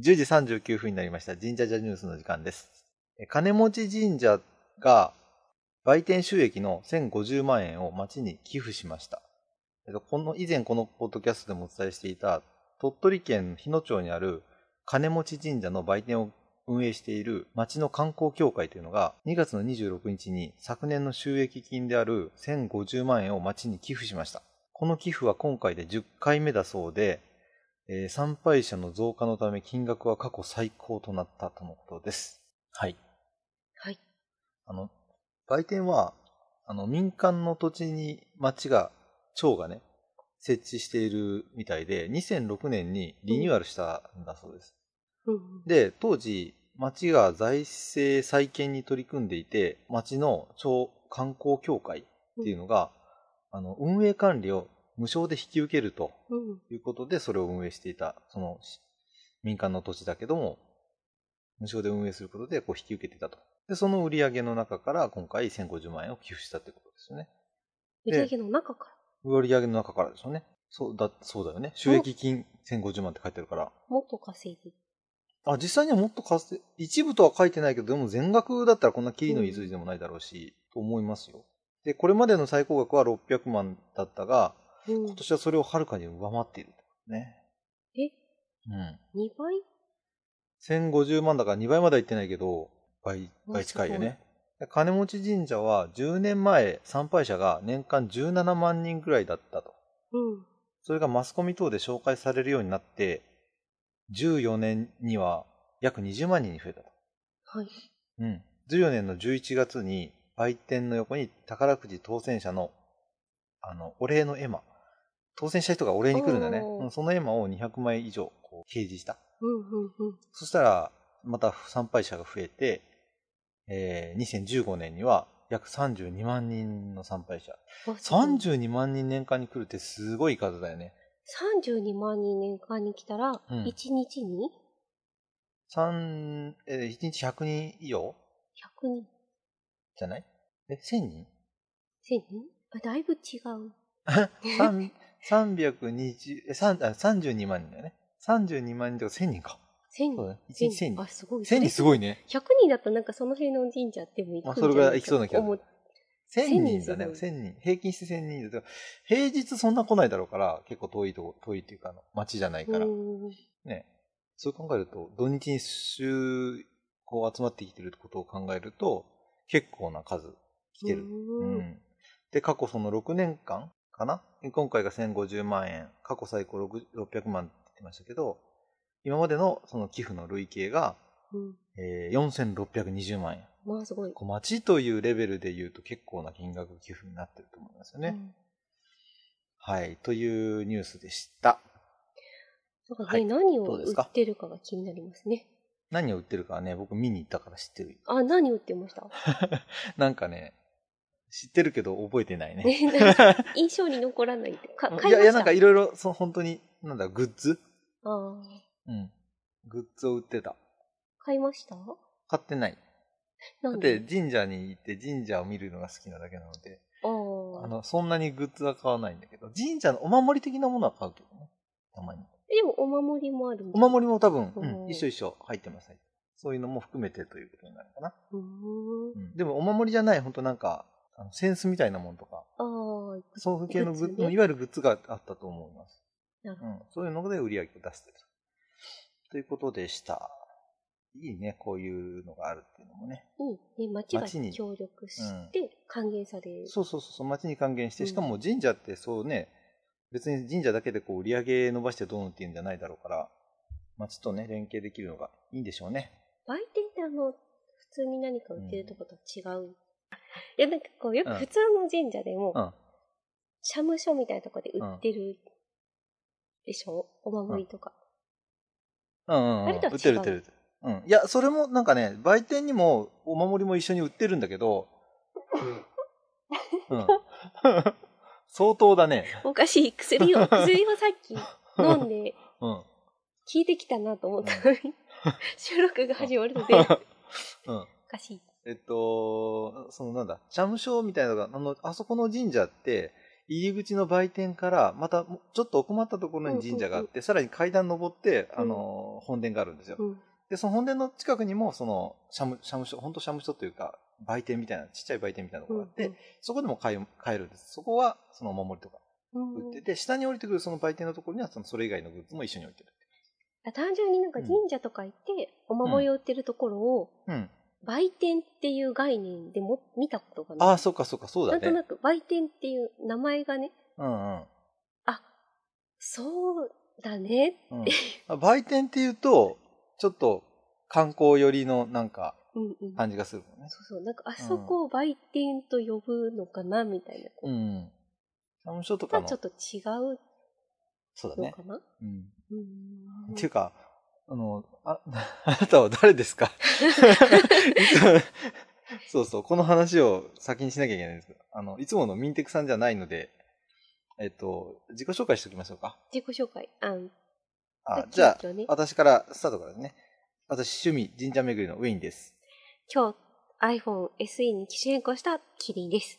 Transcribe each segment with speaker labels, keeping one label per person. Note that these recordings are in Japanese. Speaker 1: 10時39分になりました。神社ジャニュースの時間です。え金持ち神社が売店収益の1050万円を町に寄付しました。えっと、この以前このポッドキャストでもお伝えしていた鳥取県日野町にある金持ち神社の売店を運営している町の観光協会というのが2月の26日に昨年の収益金である1050万円を町に寄付しました。この寄付は今回で10回目だそうで、えー参拝者の増加のため金額は過去最高となったとのことです。はい。
Speaker 2: はい。
Speaker 1: あの、売店は、あの、民間の土地に町が、町がね、設置しているみたいで、2006年にリニューアルしたんだそうです。
Speaker 2: うんうん。
Speaker 1: で、当時、町が財政再建に取り組んでいて、町の町観光協会っていうのが、あの、運営管理を無償で引き受けると
Speaker 2: うん。
Speaker 1: ということで、それを運営していた、そのし民間の土地だけども、無償で運営することでこう引き受けていたと。で、その売り上げの中から今回1050万円を寄付したということですよね。
Speaker 2: 売り上げの中から
Speaker 1: 売り上げの中からでしょうね。そうだ、そうだよね。収益金1050万って書いてあるから。
Speaker 2: もっと稼いで。
Speaker 1: あ、実際にはもっと稼い一部とは書いてないけど、でも全額だったらこんなキリのいずいでもないだろうし、と思いますよ。で、これまでの最高額は600万だったが、
Speaker 2: うん
Speaker 1: 今。年はそれをはるかに上回っている。ね。
Speaker 2: え
Speaker 1: うん。
Speaker 2: 2倍
Speaker 1: 1050万だから2倍までは行ってないけど、倍、
Speaker 2: うん
Speaker 1: 倍近いよね。金持ち神社は10年前参拝者が年間17万人くらいだったと。
Speaker 2: うん。
Speaker 1: それがマスコミ等で紹介されるようになって、14年には約20万人に増えたと。
Speaker 2: はい。
Speaker 1: うん。14年の11月に売店の横に宝くじ当選者の、あの、お礼の絵馬。当選した人がお礼に来るんだね。
Speaker 2: おー
Speaker 1: うんその絵馬を200枚以上こう掲示した。
Speaker 2: うんうんうん。
Speaker 1: そしたら、また参拝者が増えて、えー、2015年には約32万人の参拝者。
Speaker 2: わすごい
Speaker 1: 32万人年間に来るってすごい数だよね。
Speaker 2: 32万人年間に来たら、
Speaker 1: うん
Speaker 2: 1日に
Speaker 1: 三えー、1日100人以上
Speaker 2: 100人、
Speaker 1: じゃないえ、1000人
Speaker 2: 1000人あだいぶ違う。
Speaker 1: 三三百二十え、三、あ、三十二万人だよね。三十二万人とか千人か。
Speaker 2: 1000
Speaker 1: そう
Speaker 2: 人。
Speaker 1: だね。一日千
Speaker 2: あ、
Speaker 1: 人。
Speaker 2: すごい。
Speaker 1: 千人すごいね。
Speaker 2: 100人だったらなんかその辺の神社でも行くんじゃない
Speaker 1: まあそれぐらい行きそうな気がする
Speaker 2: 思っ
Speaker 1: 千人だ
Speaker 2: 千人す
Speaker 1: ね。
Speaker 2: ごい
Speaker 1: 千人。平均して千人だと。平日そんな来ないだろうから、結構遠いとこ、遠いっていうか、あの、街じゃないから
Speaker 2: う。ん
Speaker 1: ね。そう考えると、土日に週、こう集まってきてることを考えると、結構な数来てる。
Speaker 2: うん
Speaker 1: うんで、過去その6年間かな今回が1050万円、過去最高6 600万って言ってましたけど、今までのその寄付の累計が、
Speaker 2: うん
Speaker 1: えー4620万円。
Speaker 2: まあすごい。
Speaker 1: こう町というレベルで言うと結構な金額寄付になってると思いますよね。
Speaker 2: うん
Speaker 1: はい。というニュースでした。
Speaker 2: なんか
Speaker 1: は
Speaker 2: ね、
Speaker 1: い
Speaker 2: 何を
Speaker 1: どうで
Speaker 2: 売
Speaker 1: すか
Speaker 2: ってるかが気になりますね。
Speaker 1: 何を売ってるかはね、僕見に行ったから知ってる。
Speaker 2: あ、何売ってました
Speaker 1: なんかね、知ってるけど覚えてないね。
Speaker 2: ね、なんか印象に残らないって。か買いました
Speaker 1: いやいや、なんかいろいろ、そう本当に、なんだ、グッズ
Speaker 2: あー
Speaker 1: うん。グッズを売ってた。
Speaker 2: 買いました
Speaker 1: 買ってない。
Speaker 2: な
Speaker 1: だっ
Speaker 2: ん
Speaker 1: て
Speaker 2: で
Speaker 1: 神社に行って神社を見るのが好きなだけなので、
Speaker 2: あ
Speaker 1: あ
Speaker 2: あ。
Speaker 1: の、そんなにグッズは買わないんだけど、神社のお守り的なものは買うけどね。たまに。
Speaker 2: えでもお守りもあるん
Speaker 1: お守りも多分、
Speaker 2: うん
Speaker 1: うん一緒一緒入ってます。入ってますそういうのも含めてということになるかな。
Speaker 2: り。うーん
Speaker 1: うんでもお守りじゃない、本当なんか、あのセンスみたいなものとか、
Speaker 2: ああ、
Speaker 1: そういう系のグ
Speaker 2: グ
Speaker 1: ッ
Speaker 2: ッ
Speaker 1: ズ、
Speaker 2: ズね
Speaker 1: いわゆるグッズがあったと思います。
Speaker 2: なるほ
Speaker 1: うん、そういうので売り上げを出してる。ということでした。いいね、こういうのがあるっていうのもね。
Speaker 2: に、ね、町が
Speaker 1: 町に
Speaker 2: 協力して還元される。
Speaker 1: そうそうそうそう、町に還元して、
Speaker 2: うん
Speaker 1: しかも神社ってそうね、別に神社だけでこう売り上げ伸ばしてどうのっていうんじゃないだろうから、町とね、連携できるのがいいんでしょうね。
Speaker 2: 売店ってあの、普通に何か売ってるとことは違う。いや、なんかこう、よく普通の神社でも、
Speaker 1: うん
Speaker 2: 社務所みたいなとこで売ってるでしょ、お守りとか。
Speaker 1: うんうん、うん。
Speaker 2: あれとは違う
Speaker 1: 売ってる売ってる。うん。いや、それもなんかね、売店にもお守りも一緒に売ってるんだけど、うん。 相当だね。
Speaker 2: おかしい。薬を、薬をさっき飲んで、
Speaker 1: うん。
Speaker 2: 効いてきたなと思ったのに、 収録が始まるので、お
Speaker 1: うん。
Speaker 2: かしい。
Speaker 1: えっと、そのなんだ、社務所みたいなのが、あの、あそこの神社って、入り口の売店から、またもちょっと奥まったところに神社があって、さらに階段登って、あのー本殿があるんですよ。
Speaker 2: うん。
Speaker 1: で、その本殿の近くにも、その、社務、社務所、本当社務所というか、売店みたいな、ちっちゃい売店みたいなとこがあって、そこでも買い買えるんです。そこは、そのお守りとか
Speaker 2: うん、
Speaker 1: 売ってて、下に降りてくるその売店のところには、その、それ以外のグッズも一緒に置いてる。
Speaker 2: あ単純になんか神社とか行って、お守りを売ってるところを、
Speaker 1: うん。
Speaker 2: 売店っていう概念でも見たことがない。
Speaker 1: ああ、そっかそっか、そうだ
Speaker 2: なんと
Speaker 1: ね
Speaker 2: な。く売店っていう名前がね、
Speaker 1: うんうん。
Speaker 2: あ、そうだね。
Speaker 1: うんあ 売店っていうと、ちょっと観光寄りのなんか
Speaker 2: うんうん。
Speaker 1: 感じがするもんね。
Speaker 2: そうそう。なんかあそこを売店と呼ぶのかな、みたいな。こ
Speaker 1: うん。社務所と
Speaker 2: うま
Speaker 1: か
Speaker 2: あ
Speaker 1: の
Speaker 2: ちょ、っと違う
Speaker 1: そうだ
Speaker 2: の
Speaker 1: ね。
Speaker 2: かな、
Speaker 1: うん。
Speaker 2: う
Speaker 1: っ
Speaker 2: ん
Speaker 1: ていうか、あの、あ、 あなたは誰ですか いつもそうそう、この話を先にしなきゃいけないんですけど、あの、いつものミンテクさんじゃないので、えっと、自己紹介しておきましょうか。
Speaker 2: 自己紹介。あん、
Speaker 1: あ
Speaker 2: さっ、き
Speaker 1: じゃ
Speaker 2: 一応ね
Speaker 1: あ、私から、スタートからですね。私、趣味、神社巡りのウェインです。
Speaker 2: 今日 iPhone SE に機種変更したキリンです。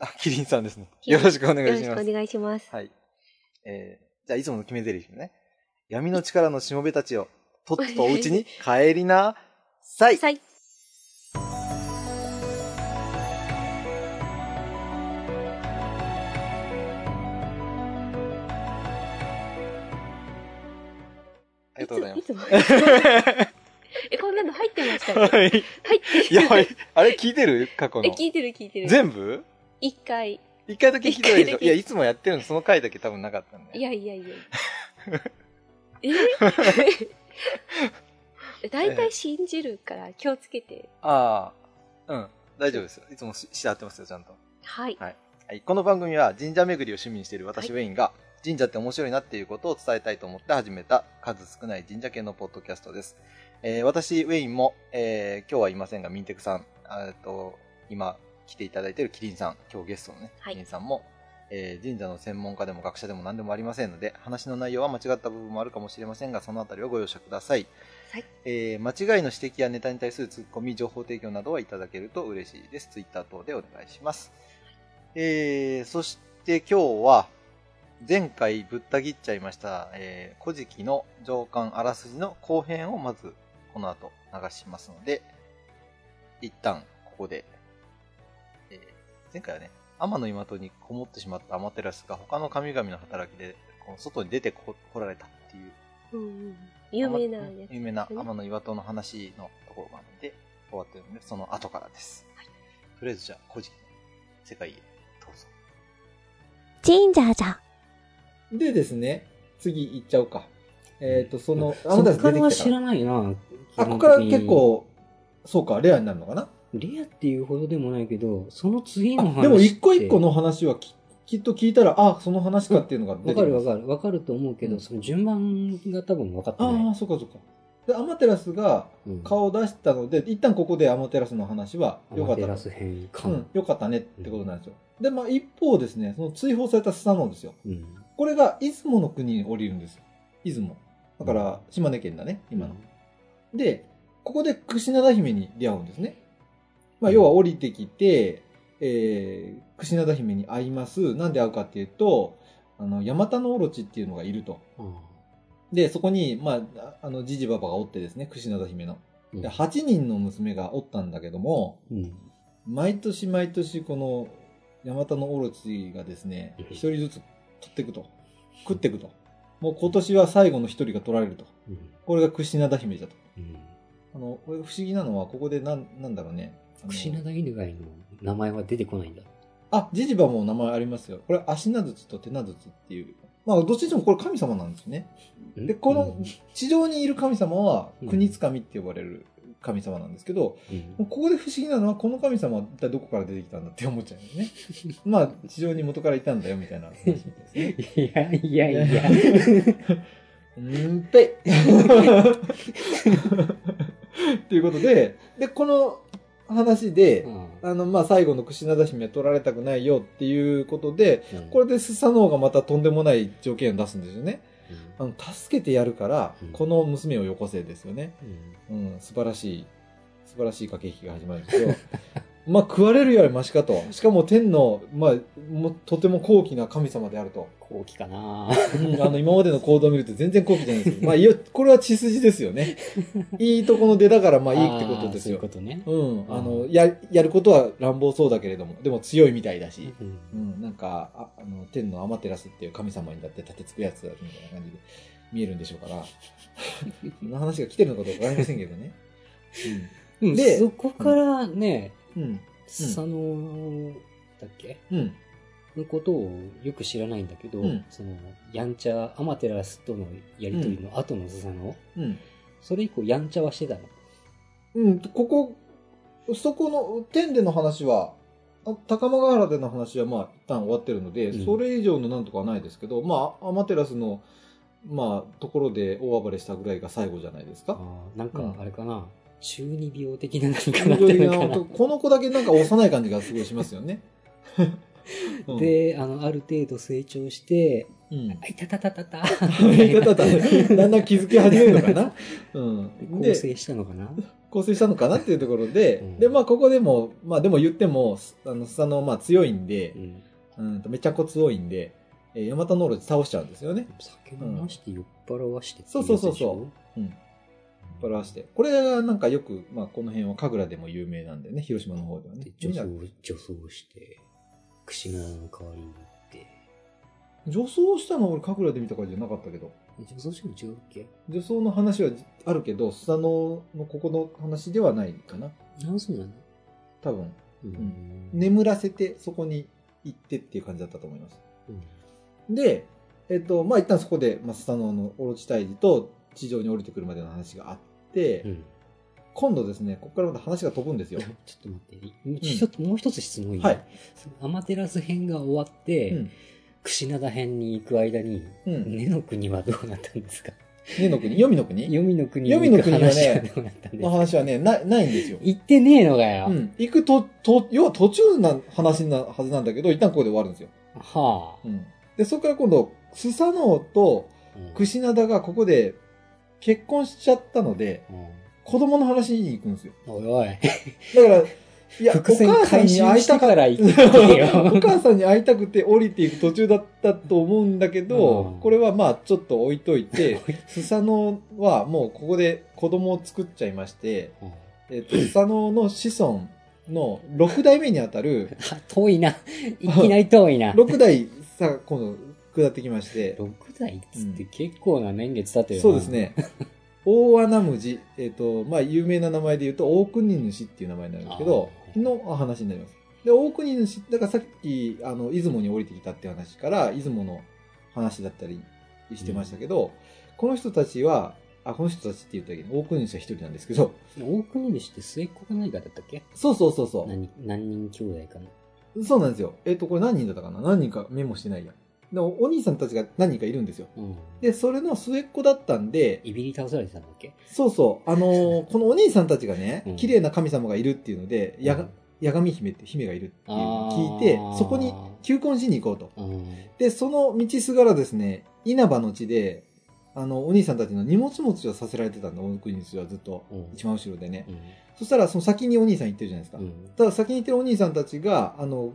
Speaker 1: あ、キリンさんですね。
Speaker 2: キリ
Speaker 1: よ
Speaker 2: ン
Speaker 1: ろしくお願
Speaker 2: よ
Speaker 1: い
Speaker 2: ろ
Speaker 1: し
Speaker 2: しく
Speaker 1: ます
Speaker 2: お。願いします。
Speaker 1: はい。えーじゃあ、いつもの決め台詞ね。闇の力のしもべたちよ、とっととお家に帰りなさい。
Speaker 2: さい。
Speaker 1: ありがとうございます。
Speaker 2: つも つもえ、こんなの入ってましたよ。
Speaker 1: はい。
Speaker 2: 入ってる。
Speaker 1: やばい。あれ聞いてる過去
Speaker 2: え、
Speaker 1: の。
Speaker 2: 聞いてる聞いてる。
Speaker 1: 全部
Speaker 2: 一回。
Speaker 1: 一回だけ聞いてないでし
Speaker 2: 一回だ
Speaker 1: ょ
Speaker 2: け
Speaker 1: いや、いつもやってるの、その回だけ多分なかったんで。
Speaker 2: いやいや いや。え大体信じるから気をつけて。
Speaker 1: ああ、うん。大丈夫ですよ。いつもしし合ってますよ、ちゃんと。
Speaker 2: はい。
Speaker 1: はい。この番組は神社巡りを趣味にしている私、
Speaker 2: は
Speaker 1: ウェインが、神社って面白いなっていうことを伝えたいと思って始めた数少ない神社系のポッドキャストです。えー私、ウェインも、えー今日はいませんが、ミンテクさん、えっと、今来ていただいているキリンさん、今日ゲストのね、
Speaker 2: はい
Speaker 1: キリンさんも、えー神社の専門家でも学者でも何でもありませんので、話の内容は間違った部分もあるかもしれませんが、そのあたりはご容赦ください。
Speaker 2: はい
Speaker 1: えー間違いの指摘やネタに対するツッコミ、情報提供などはいただけると嬉しいです。ツイッター等でお願いします。えーそして今日は、前回ぶった切っちゃいました、えー古事記の上巻あらすじの後編をまずこの後流しますので、一旦ここで、えー前回はね、天の今戸にこもってしまったアマテラスが他の神々の働きでこの外に出てこ来られたっていう
Speaker 2: うんうん有名なや
Speaker 1: 天
Speaker 2: つ。
Speaker 1: 有名な天の岩戸の話のところまで終わってるので、その後からです。とりあえずじゃあ、古事記の世界へどうぞ。
Speaker 3: 神社じゃ。
Speaker 1: でですね、次行っちゃおうか。えっ、と、その、
Speaker 4: そっからは知
Speaker 1: い。
Speaker 4: らないな。
Speaker 1: あ、ここから
Speaker 4: 基本的に
Speaker 1: 結。構、そうか、レアになるのかな
Speaker 4: レアっていうほどでもないけど、その次の話っ
Speaker 1: あ
Speaker 4: て。
Speaker 1: でも、一個一個の話はききっと聞いたら、あ、その話かっていうのが
Speaker 4: わ
Speaker 1: 出て
Speaker 4: か
Speaker 1: き
Speaker 4: る
Speaker 1: ま
Speaker 4: わ
Speaker 1: す。
Speaker 4: かる。わかると思うけど、
Speaker 1: うん
Speaker 4: その順番が多分分かって
Speaker 1: あ
Speaker 4: な
Speaker 1: あ、
Speaker 4: い。
Speaker 1: そうかそうか。で、アマテラスが
Speaker 4: うん
Speaker 1: 顔を出したので、一旦ここでアマテラスの話は
Speaker 4: ア
Speaker 1: 良かった
Speaker 4: マテ
Speaker 1: と。
Speaker 4: ラス編か
Speaker 1: う
Speaker 4: も
Speaker 1: ん、良かったねってことなんですよ。で、まあ一方ですね、その追放されたスサノオですよ。
Speaker 4: うん。
Speaker 1: これが出雲の国に降りるんですよ。出雲。だから、島根県だね、今の。で、ここで櫛灘姫に出会うんですね。まあ、
Speaker 4: うん
Speaker 1: 要は降りてきて、えー、櫛灘姫に会います。なんで会うかっていうと、あの、ヤマタノオロチっていうのがいると。
Speaker 4: うん。
Speaker 1: で、そこに、まあ、ああの、ジジババがおってですね、櫛灘姫の。
Speaker 4: うん
Speaker 1: で、8人の娘がおったんだけども、
Speaker 4: うん。
Speaker 1: 毎年毎年このヤマタノオロチがですね
Speaker 4: うん
Speaker 1: 一人ずつ取っていくと食っていくともう今年は最後の一人が取られると
Speaker 4: うん
Speaker 1: これがクシナダ姫だと
Speaker 4: うん。
Speaker 1: あのこれ不思議なのはここでなんなんだろうねあの
Speaker 4: 串灘犬以外の名前は出てこないんだ。
Speaker 1: あジジバも名前ありますよこれ足なずちと手なずちっていうまあどっちにしてもこれ神様なんですね
Speaker 4: うん
Speaker 1: でこ の地上にいる神様は
Speaker 4: うん
Speaker 1: 国つかみって呼ばれる神様なんですけど、
Speaker 4: うん
Speaker 1: もうここで不思議なのは、この神様は一体どこから出てきたんだって思っちゃうよね。 まあ、地上に元からいたんだよ、みたいな話ですね。
Speaker 4: いやいや いや。
Speaker 1: うーん ぺいっていうことで、で、この話で
Speaker 4: う、ん
Speaker 1: あの、まあ、最後の櫛灘姫は取られたくないよっていうことで、これでスサノオがまたとんでもない条件を出すんですよね。
Speaker 4: うん
Speaker 1: あの、助けてやるから
Speaker 4: うん、
Speaker 1: この娘をよこせですよね。
Speaker 4: うん
Speaker 1: うん、素晴らしい、素晴らしい駆け引きが始まるんですけど、 まあ食われるよりマシかと。しかも天の、まあ、もとても高貴な神様であると。
Speaker 4: 後期かな
Speaker 1: うんあの、今までの行動を見ると全然高貴じゃないですけど、まあ、いや、これは血筋ですよね。いいとこの出だから、まあいいってことです
Speaker 4: あーそういう
Speaker 1: よ
Speaker 4: こ。とね。
Speaker 1: うん。あの
Speaker 4: う、
Speaker 1: や、やることは乱暴そうだけれども、でも強いみたいだし。
Speaker 4: うん
Speaker 1: うん、なんか、ああの、天のアマテラスっていう神様にだって立てつくやつだみたいな感じで見えるんでしょうから、その話が来てるのかどうかわかりませんけどね。
Speaker 4: うん
Speaker 1: で
Speaker 4: そこからね、
Speaker 1: うん。うん。
Speaker 4: 佐野だっけ
Speaker 1: うん。
Speaker 4: のことをよく知らないんだけど、
Speaker 1: うん
Speaker 4: そのやんちゃアマテラスとのやりとりの後の佐野、
Speaker 1: うん。
Speaker 4: それ以降やんちゃはしてたの
Speaker 1: うん、ここ、そこの、天での話は、あ高間ヶ原での話はまあ一旦終わってるので、
Speaker 4: うん
Speaker 1: それ以上のなんとかはないですけど、まあ、アマテラスの、まあ、ところで大暴れしたぐらいが最後じゃないですか。
Speaker 4: あーなん
Speaker 1: う
Speaker 4: か
Speaker 1: ん
Speaker 4: あれかな、中二病的な何かなって
Speaker 1: 緑
Speaker 4: るの
Speaker 1: の
Speaker 4: かな
Speaker 1: この子だけなんか幼い感じがすごいしますよ ね。うん、
Speaker 4: であのある程度成長して
Speaker 1: うん
Speaker 4: 「あいたたたたた」
Speaker 1: だだんだん気づき始めるのか な、うん、
Speaker 4: 構
Speaker 1: で
Speaker 4: 成したのかな
Speaker 1: 構成したのかなっていうところで、
Speaker 4: うん
Speaker 1: でまあここでもまあでも言ってもすあのスサノまあ強いんで
Speaker 4: う、ん
Speaker 1: うん、とめちゃこ強いんで、えー、ヤマタノオロチ倒しちゃうんですよね
Speaker 4: 酒飲まして酔っ払わしてってい
Speaker 1: そう
Speaker 4: や
Speaker 1: そう
Speaker 4: つ
Speaker 1: そう
Speaker 4: でしょ
Speaker 1: そうん酔っ払わしてこれがなんかよく、まあ、この辺は神楽でも有名なんでね広島の方ではね
Speaker 4: で女装女装して櫛柄の代わりに行って
Speaker 1: 女装したのは俺神楽で見たからじゃなかったけど
Speaker 4: え女装しても違うっけ
Speaker 1: 女装の話はあるけどスサノのここの話ではないかな
Speaker 4: なんそうなの
Speaker 1: 多分
Speaker 4: うん
Speaker 1: 眠らせてそこに行ってっていう感じだったと思います
Speaker 4: うん
Speaker 1: で、えっと、まあ、一旦そこで、まあ、スサノオのオロチ退治と地上に降りてくるまでの話があって、
Speaker 4: うん
Speaker 1: 今度ですね、ここからまた話が飛ぶんですよ
Speaker 4: ちょ。っと待って、ちょっともう一つ質問いい、
Speaker 1: はい。
Speaker 4: そのアマテラス編が終わって、
Speaker 1: うん。
Speaker 4: 櫛灘編に行く間に、
Speaker 1: うん。
Speaker 4: 根の国はどうなったんですか
Speaker 1: ねの国、黄みの国
Speaker 4: 黄みの国に行く
Speaker 1: 黄泉の国は
Speaker 4: 話は
Speaker 1: ね
Speaker 4: どうなったんです
Speaker 1: の
Speaker 4: か、
Speaker 1: 話はね、ない、ないんですよ。
Speaker 4: 行ってねえのかよ。
Speaker 1: うん。行くと、と、要は途中な話なはずなんだけど、一旦ここで終わるんですよ。
Speaker 4: は
Speaker 1: うん。で、そこから今度、スサノオと
Speaker 4: あ。うん
Speaker 1: クシナダがここで結婚しちゃったので、
Speaker 4: うん
Speaker 1: 子供の話に行くん ですよ。
Speaker 4: おいおい、
Speaker 1: だから、いや、お
Speaker 4: 伏線
Speaker 1: 母さん
Speaker 4: 回収
Speaker 1: に会い
Speaker 4: したて
Speaker 1: か
Speaker 4: から行ってよ。
Speaker 1: お母さんに会いた くて降りていく途中だったと思うんだけど、
Speaker 4: うん
Speaker 1: これはまあちょっと置いとい て、スサノオはもうここで子供を作っちゃいまして、
Speaker 4: うん
Speaker 1: えっと、スサノオの子孫の6代目にあたる、
Speaker 4: あ遠いな。いきなり遠いな。
Speaker 1: 6代さ、今度下ってきまして、
Speaker 4: 6代っつって結構な年月経ってるな
Speaker 1: そうです。ね。大穴無地、えっ、と、まあ、有名な名前で言うと、大国主っていう名前になるんですけど、
Speaker 4: あー
Speaker 1: の話になります。で、大国主、だからさっき、あの、出雲に降りてきたって話から、出雲の話だったりしてましたけど、この人たちは、あ、この人たちって言ったらいいの大国主は一人なんですけど、
Speaker 4: 大国主って末っ子が何かだったっけ
Speaker 1: そうそうそうそ
Speaker 4: 何何人兄弟かな
Speaker 1: う。そうなんですよ。えっ、と、これ何人だったかな何人かメモしてないや。でも、お兄さんたちが何人かいるんですよ。
Speaker 4: うん。
Speaker 1: で、それの末っ子だったんで、
Speaker 4: いびり倒されてたんだっけ
Speaker 1: そうそう。あのーこのお兄さんたちがね
Speaker 4: うん、
Speaker 1: 綺麗な神様がいるっていうので、や
Speaker 4: う
Speaker 1: が
Speaker 4: ん、
Speaker 1: やがみ姫って、姫がいるっていうのを聞いて
Speaker 4: あー、
Speaker 1: そこに求婚しに行こうと。
Speaker 4: うん。
Speaker 1: で、その道すがらですね、稲葉の地で、あの、お兄さんたちの荷物持ちをさせられてたんだ、大国主はずっと
Speaker 4: うん。
Speaker 1: 一番後ろでね。
Speaker 4: うん
Speaker 1: そしたら、その先にお兄さん行ってるじゃないですか。
Speaker 4: うん。
Speaker 1: ただ、先に行ってるお兄さんたちが、あの、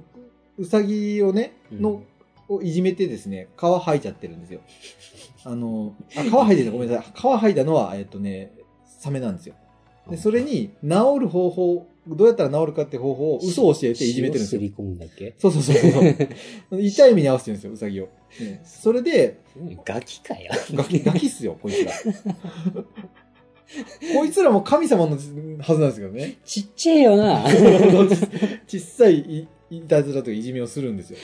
Speaker 1: うさぎをね、の、をいじめてですね、皮剥いちゃってるんですよ。あの、あ、皮剥いでた、ごめんなさい。皮剥いだのは、えっとね、サメなんですよ。で、それに、治る方法、どうやったら治るかって方法を嘘を教えていじめてるんです
Speaker 4: すり
Speaker 1: よ。
Speaker 4: 込むんだっけ
Speaker 1: そうそうそうそう。 痛い目に合わせてるんですよ、ウサギを。うんそれで、
Speaker 4: ガキかよ。
Speaker 1: ガキ、ガキっすよ、こいつら。こいつらも神様のはずなんですけどね。
Speaker 4: ちっちゃい よな。
Speaker 1: ちっさいいいたずらというかいじめをするんですよ。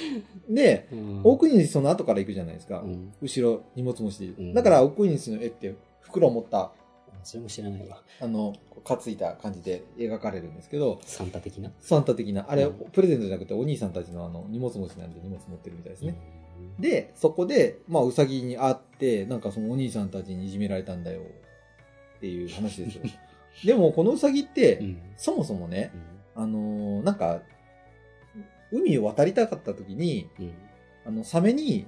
Speaker 1: で、奥にその後から行くじゃないですか。
Speaker 4: うん。
Speaker 1: 後ろ荷物持ちで、
Speaker 4: うん
Speaker 1: だから奥に主の絵って袋を持った
Speaker 4: それも知らないわ。
Speaker 1: あの担いだ感じで描かれるんですけど
Speaker 4: サンタ的な。
Speaker 1: サンタ的なあれ、
Speaker 4: うん
Speaker 1: プレゼントじゃなくてお兄さんたちのあの荷物持ちなんで荷物持ってるみたいですね、
Speaker 4: うん。
Speaker 1: でそこで、まあ、ウサギに会ってなんかそのお兄さんたちにいじめられたんだよっていう話 ですよでもこのウサギって、
Speaker 4: うん。
Speaker 1: そもそもね
Speaker 4: うん
Speaker 1: あのーなんか海を渡りたかった時に
Speaker 4: うん。
Speaker 1: あのサメに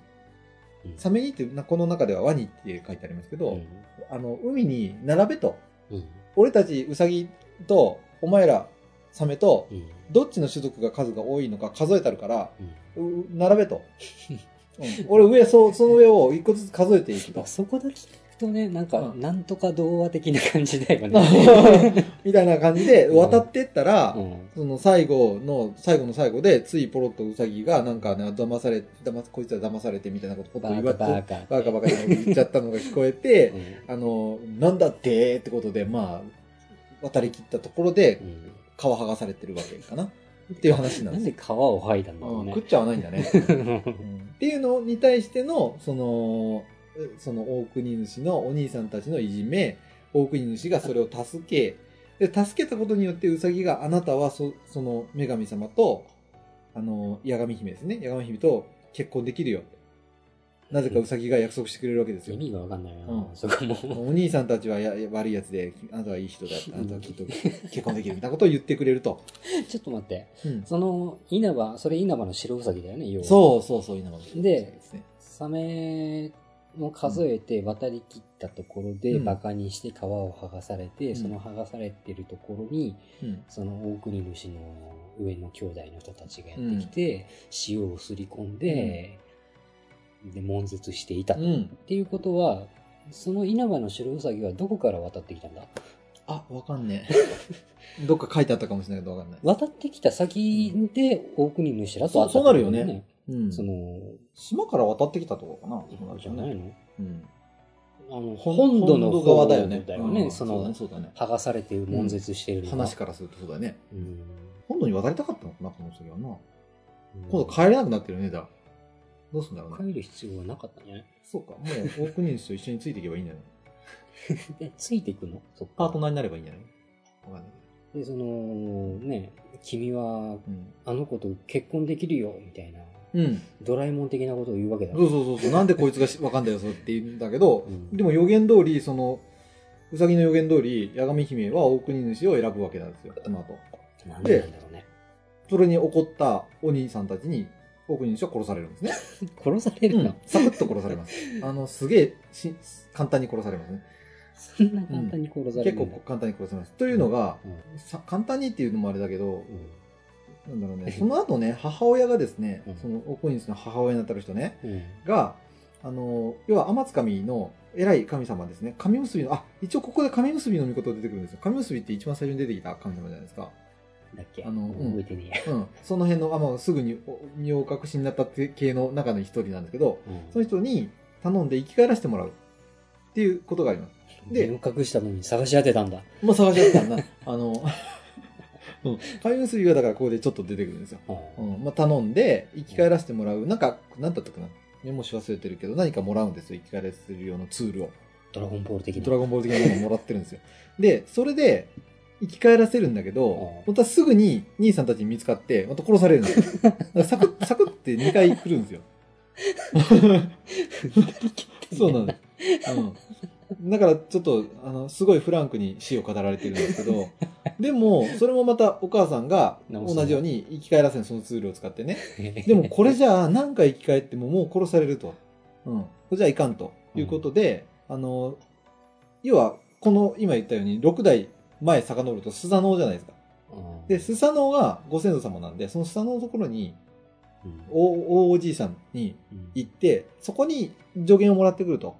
Speaker 4: うん
Speaker 1: サメにってなこの中ではワニって書いてありますけど、
Speaker 4: うん
Speaker 1: あの、海に並べと。
Speaker 4: うん。
Speaker 1: 俺たちウサギと、お前らサメと、
Speaker 4: うん。
Speaker 1: どっちの種族が数が多いのか数えたるから、
Speaker 4: うん
Speaker 1: う並べ と。うん俺上、そう、その上を一個ずつ数えていく
Speaker 4: まあ
Speaker 1: と。
Speaker 4: そこだけ聞くとね、なんか、
Speaker 1: うん
Speaker 4: なんとか童話的な感じだよね。
Speaker 1: みたいな感じで
Speaker 4: うん
Speaker 1: 渡ってったら、
Speaker 4: うん
Speaker 1: その最後の、最後の最後で、ついポロッとウサギが、なんかね、騙され、騙すこいつは騙されてみたいなこと、ポッと
Speaker 4: バ
Speaker 1: 言
Speaker 4: ー
Speaker 1: われ
Speaker 4: カ
Speaker 1: て、
Speaker 4: バーカ。
Speaker 1: バカバカ言っちゃったのが聞こえ て、
Speaker 4: うん
Speaker 1: あの、なんだってってことで、まあ、渡り切ったところで
Speaker 4: う、ん
Speaker 1: 皮剥がされてるわけかなっていう話な
Speaker 4: な
Speaker 1: で
Speaker 4: ん
Speaker 1: す
Speaker 4: ん
Speaker 1: よ
Speaker 4: で皮を剥いだんだろ
Speaker 1: う
Speaker 4: うんね
Speaker 1: 食っ。ちゃわないんだね。うんっていうのに対しての、その、うその大国主のお兄さんたちのいじめ、大国主がそれを助け、で、助けたことによってウサギがあなたはそ、その女神様と、あの、八神姫ですね。八神姫と結婚できるよ。なぜかウサギが約束してくれるわけですよ
Speaker 4: 意。味がわかんないな、
Speaker 1: うん
Speaker 4: そこも。
Speaker 1: お兄さんたちはやや悪いやつで、あなたはいい人だ。あなたはきっと結婚できるみたいなことを言ってくれると。
Speaker 4: ちょっと待って。
Speaker 1: うん
Speaker 4: その、稲葉、それ稲葉の白ウサギだよね、要は。
Speaker 1: そうそうそう、稲葉の
Speaker 4: で
Speaker 1: ですね
Speaker 4: サメを数えて渡り切ったところで、
Speaker 1: うん
Speaker 4: 馬鹿にして皮を剥がされて、
Speaker 1: うん
Speaker 4: その剥がされてるところに、
Speaker 1: うん
Speaker 4: その大国主の上の兄弟の人たちがやってきて、塩をすり込んで、で、悶絶していたと。
Speaker 1: う
Speaker 4: っ
Speaker 1: ん。
Speaker 4: ていうことは、その稲葉の白ウサギはどこから渡ってきたんだ
Speaker 1: あ、わかんねえ。 どっか書いてあったかもしれないけどわかんない。
Speaker 4: 渡ってきた先で大国主だと会った
Speaker 1: そうそうなるよね
Speaker 4: ってこと
Speaker 1: うん
Speaker 4: その、
Speaker 1: 島から渡ってきたとこかな。そうる
Speaker 4: じ
Speaker 1: よ
Speaker 4: ゃない
Speaker 1: ね
Speaker 4: の
Speaker 1: うん。
Speaker 4: あの本土の
Speaker 1: 本土側だよ
Speaker 4: 方
Speaker 1: ね。
Speaker 4: だよね
Speaker 1: うん
Speaker 4: そ
Speaker 1: そうだ
Speaker 4: の
Speaker 1: ね、そうだね。
Speaker 4: 剥がされて悶絶しているのが
Speaker 1: 話からするとそうだね。
Speaker 4: うん
Speaker 1: 本土に渡りたかったのかな、この人はな。
Speaker 4: うん
Speaker 1: 今度帰れなくなってるね、だ。どうすんだろうね。
Speaker 4: 帰る必要はなかったんじゃない
Speaker 1: そうか。もう、大国主と一緒についていけばいいんじゃない
Speaker 4: でついていくのそっ
Speaker 1: パ
Speaker 4: か
Speaker 1: ートナーになればいいんじゃないわかんない
Speaker 4: でそのね君
Speaker 1: け
Speaker 4: は
Speaker 1: ど。うん。
Speaker 4: あの子と結婚できるよみたいな
Speaker 1: うん。
Speaker 4: ドラえもん的なことを言うわけだ
Speaker 1: そうそうそうそう。なんでこいつがしわかんだよ、そうって言うんだけど
Speaker 4: う、ん
Speaker 1: でも予言通り、その、うさぎの予言通り、八神姫は大国主を選ぶわけなんですよ、この後。
Speaker 4: なんでなんだろうね
Speaker 1: それに怒ったお兄さんたちに、大国主は殺されるんですね。
Speaker 4: 殺される
Speaker 1: う
Speaker 4: の、
Speaker 1: ん。 サクッと殺されます。あの、すげえし、簡単に殺されますね。
Speaker 4: そんな簡単に殺され
Speaker 1: 結
Speaker 4: るの、
Speaker 1: 構簡単に殺されます。というのが、
Speaker 4: うん
Speaker 1: さ簡単にっていうのもあれだけど、
Speaker 4: うん
Speaker 1: なんだろうね、その後ね、母親がですね
Speaker 4: うん、
Speaker 1: その大国主の母親になたる人ね、
Speaker 4: うん
Speaker 1: が、あの、要は天津神の偉い神様ですね。神結びの、あ、一応ここで神結びの御事出てくるんですよ。神結びって一番最初に出てきた神様じゃないですか。
Speaker 4: だっけ
Speaker 1: あのうん
Speaker 4: 覚えてねえや
Speaker 1: うん。その辺の、あ、まあ、すぐにお身を隠しになったって系の中の一人なんだけど、
Speaker 4: うん
Speaker 1: その人に頼んで生き返らせてもらうっていうことがあります。で
Speaker 4: 身を隠したのに探し当てたんだ。
Speaker 1: もう探し当てたんだ。あの、うん。神結びがだからここでちょっと出てくるんですよ。う
Speaker 4: うん
Speaker 1: ん。まあ、頼んで生き返らせてもらう。なんか、なんだったかな。メモし忘れてるけど、何かもらうんですよ。生き返らせる用のツールを。
Speaker 4: ドラゴンボール的な。
Speaker 1: ドラゴンボール的なものをもらってるんですよ。で、それで、生き返らせるんだけど、
Speaker 4: う
Speaker 1: またすぐに兄さんたちに見つかって、また殺されるんですよ。だからサクッ、サクッって2回来るんですよ。そうなの。うん。だからちょっと、あの、すごいフランクに死を語られてるんですけど、でも、それもまたお母さんが同じように生き返らせるそのツールを使ってね。でもこれじゃあ何回生き返ってももう殺されると。うん。これじゃあいかんということで、あの、要は、この今言ったように6代前遡るとスサノオじゃないですか。
Speaker 4: うん
Speaker 1: で、スサノオがご先祖様なんで、そのスサノオのところに、
Speaker 4: うん
Speaker 1: お、おおじいさんに
Speaker 4: うん
Speaker 1: 行って、そこに助言をもらってくると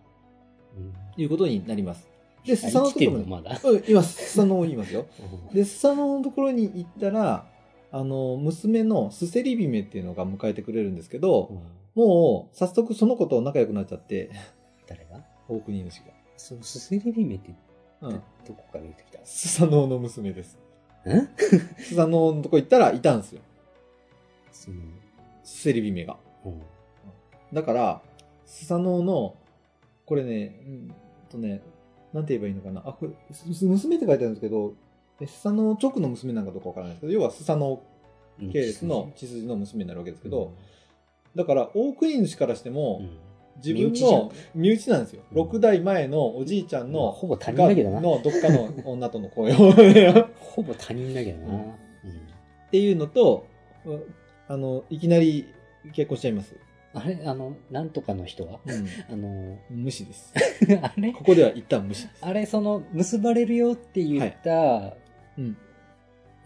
Speaker 4: うん
Speaker 1: いうことになります。で、スサノオの
Speaker 4: 生
Speaker 1: と
Speaker 4: きて
Speaker 1: こ
Speaker 4: る
Speaker 1: ろ
Speaker 4: の
Speaker 1: に、
Speaker 4: まだ。
Speaker 1: うんいます。スサノオにいますよ。
Speaker 4: うん
Speaker 1: で、スサノオのところに行ったら、あの、娘のスセリビメっていうのが迎えてくれるんですけど、もう、早速その子と仲良くなっちゃって、
Speaker 4: 誰が
Speaker 1: 大国主
Speaker 4: そのすすりびめって
Speaker 1: が。うん。
Speaker 4: どこから出てきた
Speaker 1: スサノオの娘です。
Speaker 4: ん
Speaker 1: スサノオのとこ行ったらいたんですよ。
Speaker 4: その、
Speaker 1: スセリビメが。
Speaker 4: うん
Speaker 1: だから、スサノオの、これね、うんとね、なんて言えばいいのかな。あ、これ、す娘って書いてあるんですけど、えスサノオ直の娘なんかどうかわからないですけど、要はスサノオ系列の血筋の娘になるわけですけど、、だから、大国主からして
Speaker 4: う
Speaker 1: も、
Speaker 4: ん
Speaker 1: 自分
Speaker 4: 身内じゃん
Speaker 1: の身内なんですよ。
Speaker 4: うん
Speaker 1: 6代前のおじいちゃん
Speaker 4: まあ
Speaker 1: の、
Speaker 4: ほぼ他人だけどな。
Speaker 1: のどっかの女との声 を。
Speaker 4: ほぼ他人だけどな。
Speaker 1: う
Speaker 4: うん
Speaker 1: っていうのと、うあの、いきなり結婚しちゃいます。
Speaker 4: あれあの、なんとかの人は あの、
Speaker 1: 無視です。
Speaker 4: あれ
Speaker 1: ここでは一旦無視です。
Speaker 4: あれ、その、結ばれるよって言った、
Speaker 1: うん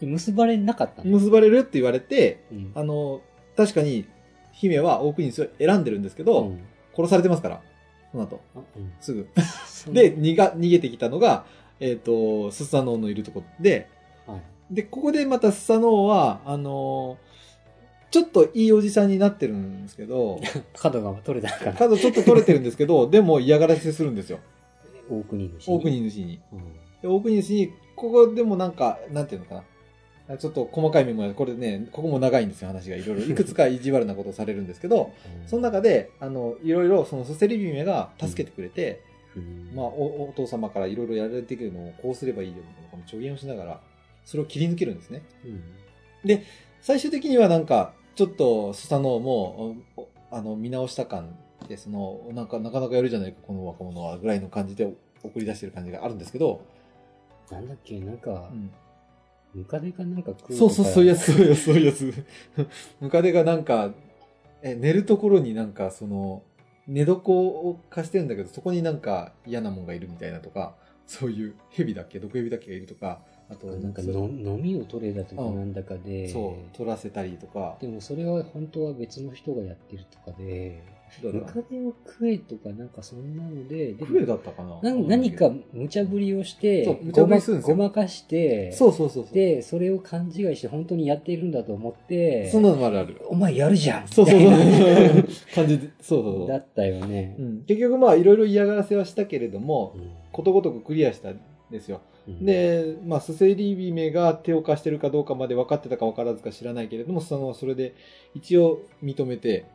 Speaker 4: 結ばれなかったの
Speaker 1: 結ばれるって言われて、
Speaker 4: うん
Speaker 1: あの、確かに、姫はオークインスを選んでるんですけど、
Speaker 4: うん
Speaker 1: 殺されてますから、その後、
Speaker 4: あうん
Speaker 1: すぐ。
Speaker 4: そんな
Speaker 1: で、逃が、逃げてきたのが、えっ、と、スサノオのいるとこで、
Speaker 4: はい
Speaker 1: で、ここでまたスサノオは、あのーちょっといいおじさんになってるんですけど、
Speaker 4: 角が取れたから、
Speaker 1: 角ちょっと取れてるんですけど、でも嫌がらせするんですよ。
Speaker 4: 大国主に。
Speaker 1: 大国主に。
Speaker 4: うん
Speaker 1: で大国主に、ここでもなんか、なんていうのかな。ちょっと細かい面も、これね、ここも長いんですよ、話が。いろいろ、いくつか意地悪なことをされるんですけど、その中で、あの、いろいろ、その、ソセリビメが助けてくれて、
Speaker 4: うん
Speaker 1: まあ、おお父様からいろいろやられてくるのをこうすればいいよみたいなこの助言をしながらそれを切り抜けるんですね
Speaker 4: うん
Speaker 1: 最終的にはなんかちょっとスサノオもおあの見直した感でそのなんかなかなかやるじゃないかこの若者はぐらいの感じで送り出してる感じがあるんですけど、
Speaker 4: なんだっけ、なんか
Speaker 1: う、ん
Speaker 4: ムカデかなんか食う
Speaker 1: そうそうそういうやつそ
Speaker 4: つ。
Speaker 1: ういうやつそういうやつムカデがなんかえ寝るところになんかその寝床を貸してるんだけどそこになんか嫌なもんがいるみたいなとかそういう蛇だっけ毒蛇だっけがいるとかあと
Speaker 4: なんか
Speaker 1: そう
Speaker 4: の飲みを取れたとか
Speaker 1: うん
Speaker 4: なんだかで、
Speaker 1: そう、取らせたりとか。
Speaker 4: でもそれは本当は別の人がやってるとかで、
Speaker 1: だ
Speaker 4: ム
Speaker 1: か
Speaker 4: カデを食えとかなんかそんなので、で
Speaker 1: ら
Speaker 4: も
Speaker 1: クエだったかな
Speaker 4: な何か無茶ぶりをして
Speaker 1: そう、無茶
Speaker 4: ご
Speaker 1: ぶ
Speaker 4: ま
Speaker 1: りするんです
Speaker 4: ご
Speaker 1: よ
Speaker 4: まかして、
Speaker 1: そうそうそうそう。
Speaker 4: で、それを勘違いして本当にやっているんだと思って、
Speaker 1: そんなのもあるある。
Speaker 4: お前やるじゃん
Speaker 1: そうそう
Speaker 4: み
Speaker 1: そう
Speaker 4: たいな。
Speaker 1: 感じで、そうそうそ
Speaker 4: だ
Speaker 1: う。
Speaker 4: ったよね
Speaker 1: う。ん、結局まあ、いろいろ嫌がらせはしたけれども、
Speaker 4: うん
Speaker 1: ことごとくクリアしたんですよ。
Speaker 4: うん
Speaker 1: で、まあ、スセリビメが手を貸してるかどうかまで分かってたか分からずか知らないけれども、その、それで一応認めて、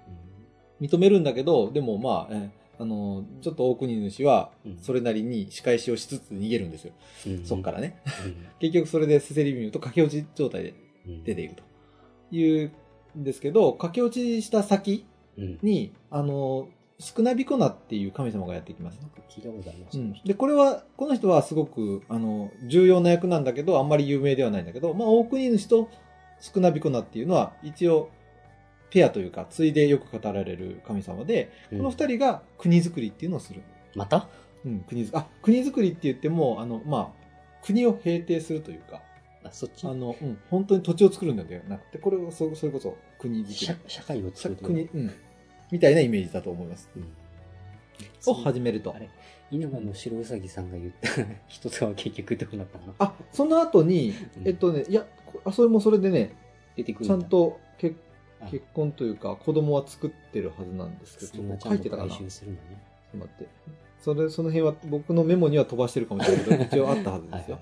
Speaker 1: 認めるんだけど、でもまあ、えあの、ちょっと大国主は、それなりに仕返しをしつつ逃げるんですよ。
Speaker 4: うん
Speaker 1: そっからね。
Speaker 4: うん
Speaker 1: 結局それでスセリビメと駆け落ち状態で
Speaker 4: うん
Speaker 1: 出ているというんですけど駆け落ちした先
Speaker 4: うん
Speaker 1: にあのスクナビコナっていう神様がやってきます
Speaker 4: なん、か聞いたことありま
Speaker 1: う
Speaker 4: す
Speaker 1: ん、でこれはこの人はすごくあの重要な役なんだけどあんまり有名ではないんだけど、まあ、大国主とスクナビコナっていうのは一応ペアというかついでよく語られる神様でこの
Speaker 4: うん
Speaker 1: 二人が国づくりっていうのをする、
Speaker 4: また
Speaker 1: うん、国づあ国づくりって言ってもあの、まあ、国を平定するというか
Speaker 4: あそっち
Speaker 1: あの、うん、本当に土地を作るんだよなくて、これをそそれこそ国づ
Speaker 4: 社
Speaker 1: く
Speaker 4: 社会を
Speaker 1: り、
Speaker 4: 作
Speaker 1: さ
Speaker 4: る
Speaker 1: 国、うん、みたいなイメージだと思います。
Speaker 4: うん
Speaker 1: を始めると
Speaker 4: あ。れ稲葉の白うさぎさんが言った人とは結局どうなったの
Speaker 1: あ、その後に、
Speaker 4: うん
Speaker 1: えっとね、いや、こあそれもそれでね、
Speaker 4: 出てくる
Speaker 1: ちゃんと結
Speaker 4: あ
Speaker 1: 結婚というか、子供は作ってるはずなんですけど、
Speaker 4: そ
Speaker 1: ちょ
Speaker 4: ん
Speaker 1: っ
Speaker 4: な
Speaker 1: と
Speaker 4: ち
Speaker 1: 書
Speaker 4: ゃ
Speaker 1: い
Speaker 4: ん
Speaker 1: て
Speaker 4: と
Speaker 1: たか
Speaker 4: 回
Speaker 1: な。ちょ
Speaker 4: 収
Speaker 1: っ
Speaker 4: するのね
Speaker 1: と待って。それ、その辺は僕のメモには飛ばしてるかもしれないけど、一応あったはずです よ。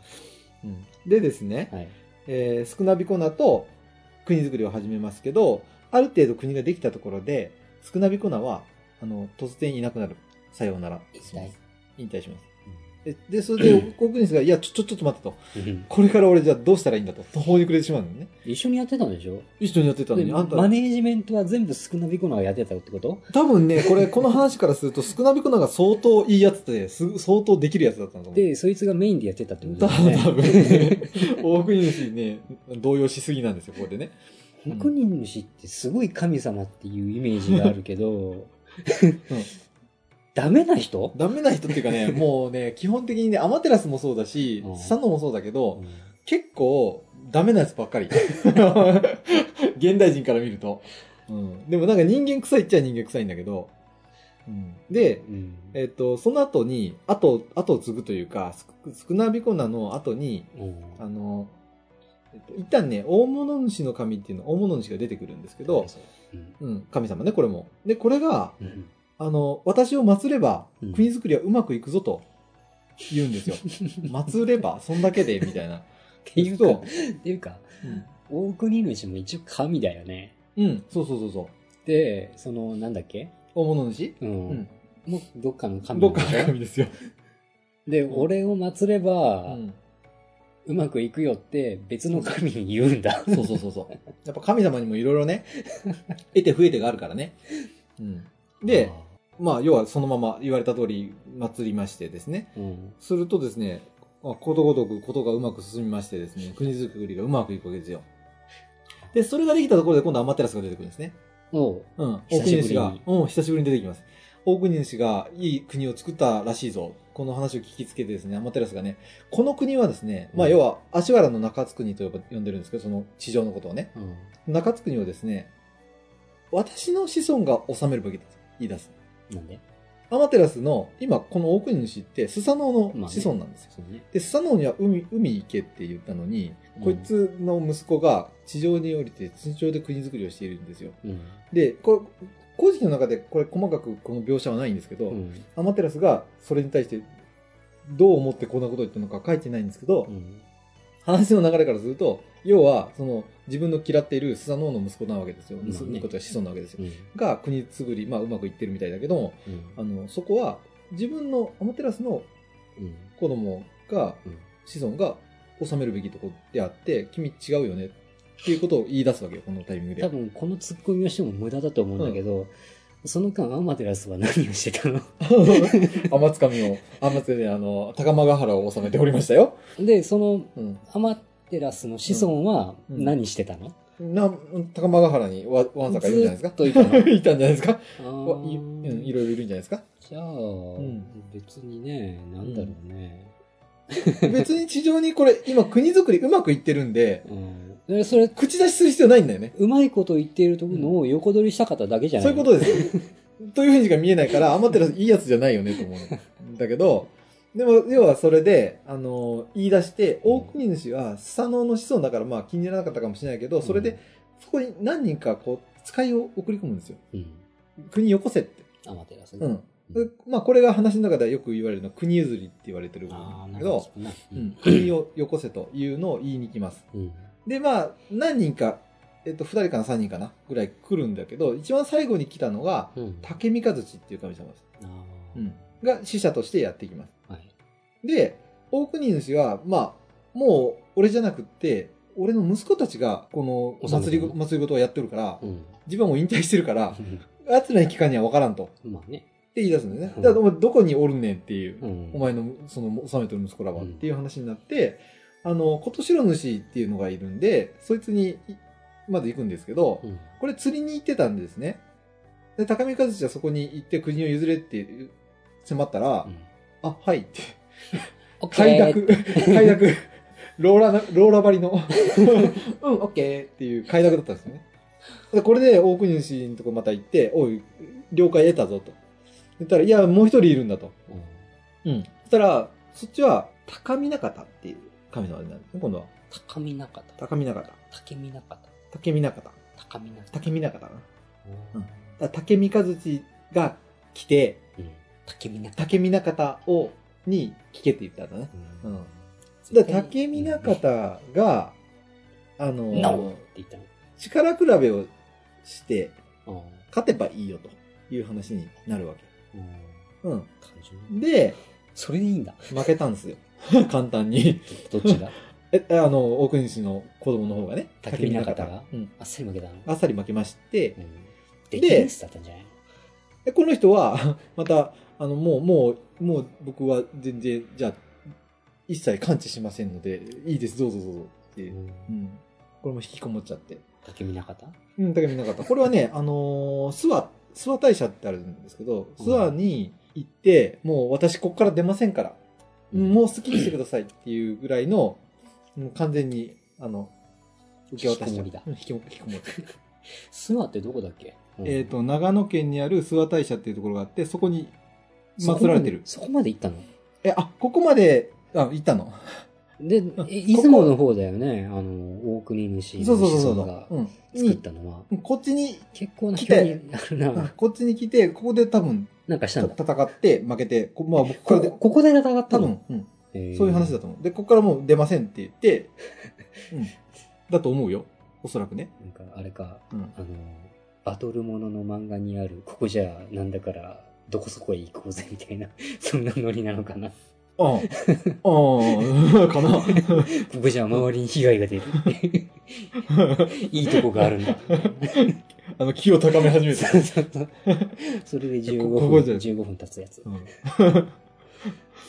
Speaker 1: うん、でですね、
Speaker 4: はい
Speaker 1: えースクナビコナと国づくりを始めますけど、ある程度国ができたところで、スクナビコナは、あの、突然いなくなる。さようなら。
Speaker 4: 引退
Speaker 1: します引退します。
Speaker 4: う
Speaker 1: で、でそれ で、国ニスが、いや、ちょ、ちょ、ちょっと待ってと。
Speaker 4: んうん
Speaker 1: これから俺じゃあどうしたらいいんだと。途方に暮れてしまうのね。
Speaker 4: 一緒にやってたんでしょ
Speaker 1: 一緒にやってたの
Speaker 4: で
Speaker 1: に、あんた、
Speaker 4: マネージメントは全部少なびこながやってたってこと
Speaker 1: 多分ね、これ、この話からすると、スクナビコナが相当いいやつで、す相当できるやつだったんだと思う。
Speaker 4: でそいつがメインでやってたってこ
Speaker 1: 多
Speaker 4: とだよ
Speaker 1: 分、
Speaker 4: ね
Speaker 1: 多分ね、 大国主ね、動揺しすぎなんですよ、ここでね。
Speaker 4: 百人主ってすごい神様っていうイメージがあるけど、ダメな人、
Speaker 1: ダメな人っていうか ね、もうね、基本的にね、アマテラスもそうだし
Speaker 4: う、ん
Speaker 1: サノもそうだけど、
Speaker 4: うん
Speaker 1: 結構、ダメなやつばっか り。現代人から見ると。うん、でもなんか人間臭いっちゃ人間臭いんだけど。うん、で、
Speaker 4: うん
Speaker 1: えっ、と、その後に、後、後を継ぐというか、スクスクナビコナの後に、
Speaker 4: うん
Speaker 1: あの、えっと一旦ね、大物主の神っていうの、大物主が出てくるんですけど、
Speaker 4: うん
Speaker 1: うん、神様ね、これも。で、これが、
Speaker 4: うん
Speaker 1: あの、私を祀れば
Speaker 4: うん、
Speaker 1: 国づくりはうまくいくぞと言うん ですよ。祀れば、そんだけで、みたいな。
Speaker 4: っていう
Speaker 1: そ
Speaker 4: か
Speaker 1: う、
Speaker 4: っていうか、
Speaker 1: うん
Speaker 4: 大国主も一応神だよね。
Speaker 1: うん、そうそうそうそう。
Speaker 4: で、その、なんだっけ
Speaker 1: 大物主
Speaker 4: うん。
Speaker 1: うん。
Speaker 4: もう、どっかの神
Speaker 1: ど
Speaker 4: な
Speaker 1: っ
Speaker 4: ん
Speaker 1: か
Speaker 4: だ
Speaker 1: の神ですよ。
Speaker 4: で、俺を祀れ
Speaker 1: う
Speaker 4: ば、
Speaker 1: ん。
Speaker 4: うまくいくよって別の神に言うんだ。
Speaker 1: そうそうそうそう。やっぱ神様にもいろいろね、得て増えてがあるからね。うん。で、まあ、要はそのまま言われた通り、祀りましてですね。
Speaker 4: あー、うん。
Speaker 1: するとですね、まあことごとくことがうまく進みましてですね、国づくりがうまくいくわけですよ。で、それができたところで今度アマテラスが出てくるんですね。
Speaker 4: おう
Speaker 1: うん、大国
Speaker 4: 久し
Speaker 1: 主
Speaker 4: ぶりに
Speaker 1: が、うん、久しぶりに出てきます。大国主がいい国を作ったらしいぞっこの話を聞きつけてですね、アマテラスがね、この国はですね、まあ
Speaker 4: うん
Speaker 1: 要は、足原の中津国と呼ば呼んでるんですけど、その地上のことをね、
Speaker 4: うん。
Speaker 1: 中津国をですね、私の子孫が治めるべきだと言い出す。
Speaker 4: なんで
Speaker 1: アマテラスの、今この大国主って、スサノオ
Speaker 4: ま
Speaker 1: の
Speaker 4: あね
Speaker 1: 子孫なんですよ。
Speaker 4: そうね。
Speaker 1: で、スサノオには海、海行けって言ったのに、
Speaker 4: うん
Speaker 1: こいつの息子が地上に降りて、地上で国づくりをしているんですよ。
Speaker 4: うん。
Speaker 1: で、これ、工事記の中でこれ細かくこの描写はないんですけど、
Speaker 4: うん。
Speaker 1: アマテラスがそれに対してどう思ってこんなことを言ったのか書いてないんですけど、
Speaker 4: うん。
Speaker 1: 話の流れからすると、要は、その、自分の嫌っているスサノオの息子なわけですよ。
Speaker 4: まあね
Speaker 1: 息子というか子孫なわけですよ。
Speaker 4: うん。
Speaker 1: が、国つぶり、まあ、うまくいってるみたいだけども、
Speaker 4: うん
Speaker 1: あの、そこは、自分のアマテラスの
Speaker 4: うん。
Speaker 1: 子供が、
Speaker 4: うん
Speaker 1: 子孫が治めるべきとこであって、君違うよね、っていうことを言い出すわけよ、このタイミングで。
Speaker 4: 多分このツッコミをしても無駄だと思うんだけど、その間アマテラスは何をしてたの
Speaker 1: 天つかみを、天つで、あの、高間ヶ原を治めておりましたよ。
Speaker 4: でその
Speaker 1: うん。
Speaker 4: アマテラスの子孫は
Speaker 1: うんうん
Speaker 4: 何してたの、
Speaker 1: な、高間ヶ原にわ、わんさかいるんじゃないですか
Speaker 4: ずっといた の
Speaker 1: いたんじゃないですか
Speaker 4: あ
Speaker 1: わい,、
Speaker 4: ー
Speaker 1: うん、いろいろいるんじゃないですか
Speaker 4: じゃあ、
Speaker 1: ん
Speaker 4: 別にねなんだろうね、
Speaker 1: 別に地上にこれ、今国づくりうまくいってるんで、
Speaker 4: うんでそれ
Speaker 1: 口出しする必要ないんだよね。
Speaker 4: うまいこと言っているところを横取りしたかっただけじゃな
Speaker 1: そ
Speaker 4: いう
Speaker 1: いうことです。というふうにしか見えないから、アマテラスいいやつじゃないよねと思うんだけど、でも、要はそれで、あの、言い出して、大国主は、スサノオの子孫だから、まあ気にならなかったかもしれないけど、それで、そこに何人か、こう、使いを送り込むんですよ。
Speaker 4: うん、
Speaker 1: 国よこせって。
Speaker 4: アマテラスね、
Speaker 1: うん。でまあ、これが話の中ではよく言われるのは、国譲りって言われてるんだ
Speaker 4: ああな
Speaker 1: け
Speaker 4: るほ
Speaker 1: ど
Speaker 4: ど、なう
Speaker 1: うん
Speaker 4: ん、
Speaker 1: 国をよこせというのを言いに来ます。
Speaker 4: うん
Speaker 1: で、まあ、何人か、えっと、二人かな、三人かな、ぐらい来るんだけど、一番最後に来たのが、
Speaker 4: うん
Speaker 1: 竹三日月っていう神様です。
Speaker 4: あー
Speaker 1: うん。が、死者としてやってきます。
Speaker 4: はい
Speaker 1: で、大国主は、まあ、もう、俺じゃなくって、俺の息子たちが、この、
Speaker 4: お侍
Speaker 1: 祭り、祭り事をやってるから、
Speaker 4: うん
Speaker 1: 自分はもう引退してるから、奴らに聞かんには分からんと。っ
Speaker 4: まあね、
Speaker 1: て言い出すんだよね。
Speaker 4: うん
Speaker 1: だから、お前どこにおるねんっていう。
Speaker 4: うん、
Speaker 1: お前のその治めてる息子らはっ
Speaker 4: うん
Speaker 1: ていう話になって、あの、琴城主っていうのがいるんで、そいつにいまず行くんですけど、
Speaker 4: うん
Speaker 1: これ釣りに行ってたんですね。で、高見和志はそこに行って国を譲れって迫ったら、
Speaker 4: うん
Speaker 1: あ、はいって、
Speaker 4: オッケー
Speaker 1: 快諾、快諾、ローラな、ローラ張りの、うん、オッケーっていう快諾だったんですよね。でこれで大国主のとこまた行って、おい、了解得たぞと。言ったら、いや、もう一人いるんだと。
Speaker 4: うん
Speaker 1: うん。そしたら、そっちは、高見中田っていう神様になるんですね、今度は。
Speaker 4: 高見中田
Speaker 1: 高見中田。
Speaker 4: 竹見中田
Speaker 1: 竹見中田。
Speaker 4: 高見中田
Speaker 1: 竹見中田かな。だか
Speaker 4: うん
Speaker 1: ら竹見和地が来て、
Speaker 4: うん竹見中田
Speaker 1: 竹見中田を、に聞けって言ったんだね。
Speaker 4: う
Speaker 1: うんん。だから竹見中
Speaker 4: っ
Speaker 1: 田が、あのー、
Speaker 4: No て言った
Speaker 1: 力比べをして、
Speaker 4: の
Speaker 1: 勝てばいいよという話になるわけ。
Speaker 4: うんう
Speaker 1: う
Speaker 4: ん
Speaker 1: ん。
Speaker 4: 感じね
Speaker 1: で、
Speaker 4: それでいいんだ
Speaker 1: 負けたんですよ。 簡単に。
Speaker 4: どっちが
Speaker 1: え、あの、大国主の子供の方がね。
Speaker 4: 竹見中田が
Speaker 1: うん。
Speaker 4: あっさり負けたの
Speaker 1: あっさり負けまして
Speaker 4: う、んできるスだったんじゃないの
Speaker 1: でこの人は、 また、あの、もう、もう、もう僕は全然、じゃあ、一切感知しませんので、いいです、どうぞどうぞって、う
Speaker 4: うん
Speaker 1: ん。これも引きこもっちゃって。
Speaker 4: 竹見中田
Speaker 1: うん、だけど見なかった。これはね、あのー、諏訪、諏訪大社ってあるんですけど、
Speaker 4: うん
Speaker 1: 諏訪に行って、もう私ここから出ませんから、もう好きにしてくださいっていうぐらいの、もう完全に、あの、受け渡しちゃう
Speaker 4: 引きこもりだ
Speaker 1: うん引きこ引きこもって。
Speaker 4: 諏訪ってどこだっけうん
Speaker 1: えっ、と、長野県にある諏訪大社っていうところがあって、そこに
Speaker 4: そこ
Speaker 1: 祀られてる。
Speaker 4: そこまで行ったの
Speaker 1: え、あ、ここまで、あ、行ったの。
Speaker 4: で
Speaker 1: ん
Speaker 4: え出雲の方だよねあの大国主
Speaker 1: そう
Speaker 4: の
Speaker 1: そうそうそ
Speaker 4: 子孫が
Speaker 1: う。うん。
Speaker 4: 作ったのは
Speaker 1: にこっちに、
Speaker 4: 結構な
Speaker 1: 来
Speaker 4: 距
Speaker 1: て
Speaker 4: 離ある
Speaker 1: うん
Speaker 4: な
Speaker 1: こっちに来て、ここで多分、
Speaker 4: なんかしたたんだ
Speaker 1: 戦って、負けて、こまあ僕からで
Speaker 4: こ、ここで戦った
Speaker 1: 多
Speaker 4: の
Speaker 1: 分、うん、
Speaker 4: そう
Speaker 1: そういう話だと思う。で、ここからもう出ませんって言っ て、うん、だと思うよ。おそらくね。
Speaker 4: なんかあれか、
Speaker 1: うん
Speaker 4: あの、バトルものの漫画にある、ここじゃなんだから、どこそこへ行こうぜみたいな、 そんなノリなのかな。
Speaker 1: うん。ああ、 かな。
Speaker 4: ここじゃ周りに被害 が出る。いいとこがあるんだ。
Speaker 1: あの、気を高め始めて
Speaker 4: そうそうそうそれで15分、
Speaker 1: こここじゃ
Speaker 4: 15分経つやつ。
Speaker 1: うん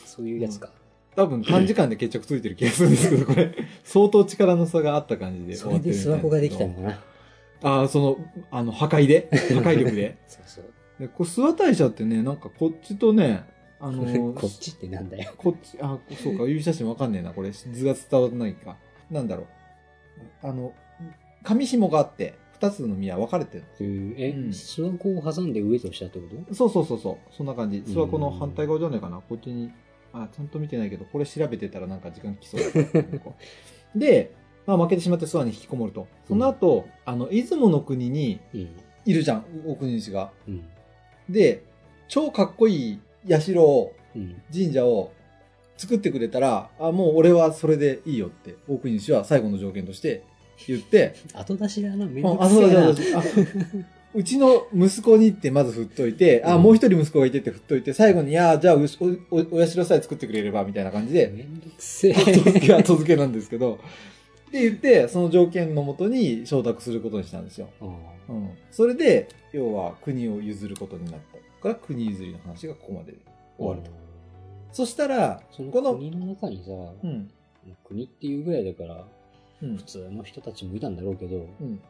Speaker 4: そういうやつか。
Speaker 1: 多分短時間で決着ついてる気がするんですけど、これ、相当力の差があった感じで
Speaker 4: そ
Speaker 1: 終わ
Speaker 4: れ
Speaker 1: って
Speaker 4: で
Speaker 1: るみたいなん
Speaker 4: 諏訪湖ができ
Speaker 1: け
Speaker 4: た
Speaker 1: ど
Speaker 4: のかな。
Speaker 1: ああ、その、あの、破壊で破壊力で。
Speaker 4: そうそう。
Speaker 1: で、こう、諏訪大社ってね、なんかこっちとね、あの
Speaker 4: こっちってなんだよ。
Speaker 1: こっち、あ、そうか、指写真わかんねえな、これ。図が伝わらないか。なんだろう。あの、紙紐があって、二つの宮分かれてる。
Speaker 4: えー、え
Speaker 1: うん
Speaker 4: 諏訪湖を挟んで上と下ってこと
Speaker 1: そうそうそうそう。そんな感じ。諏訪湖の反対側じゃないかな。こっちに。あ、ちゃんと見てないけど、これ調べてたらなんか時間き そうだなで、まあ負けてしまって諏訪に引きこもると。その後、あの、出雲の国に
Speaker 4: うん。
Speaker 1: いるじゃん、お国主が。
Speaker 4: うん。
Speaker 1: で、超かっこいい社を、
Speaker 4: うん。
Speaker 1: 神社を作ってくれたら、あ、もう俺はそれでいいよって、大国主は最後の条件として言って、
Speaker 4: 後出しだな、めん
Speaker 1: あ
Speaker 4: どく
Speaker 1: あ、
Speaker 4: せ
Speaker 1: そう
Speaker 4: え
Speaker 1: だ、
Speaker 4: な。
Speaker 1: そうだ、そうだ。あうちの息子にってまず振っといて、あ、
Speaker 4: うん
Speaker 1: もう一人息子がいてって振っといて、最後に、あ、じゃあうしお、お、お社さえ作ってくれれば、みたいな感じ で、
Speaker 4: めんどくせえ。
Speaker 1: 後 付けは後付けなんですけど、って言って、その条件のもとに承諾することにしたんですよ。
Speaker 4: うん
Speaker 1: うん。それで、要は国を譲ることになった。から国譲りの話がここまで終わると。。そしたら、
Speaker 4: その
Speaker 1: この
Speaker 4: 国の中にさ、
Speaker 1: うん。
Speaker 4: 国っていうぐらいだから、
Speaker 1: うん
Speaker 4: 普。通の人たちもいたんだろうけど、
Speaker 1: うん。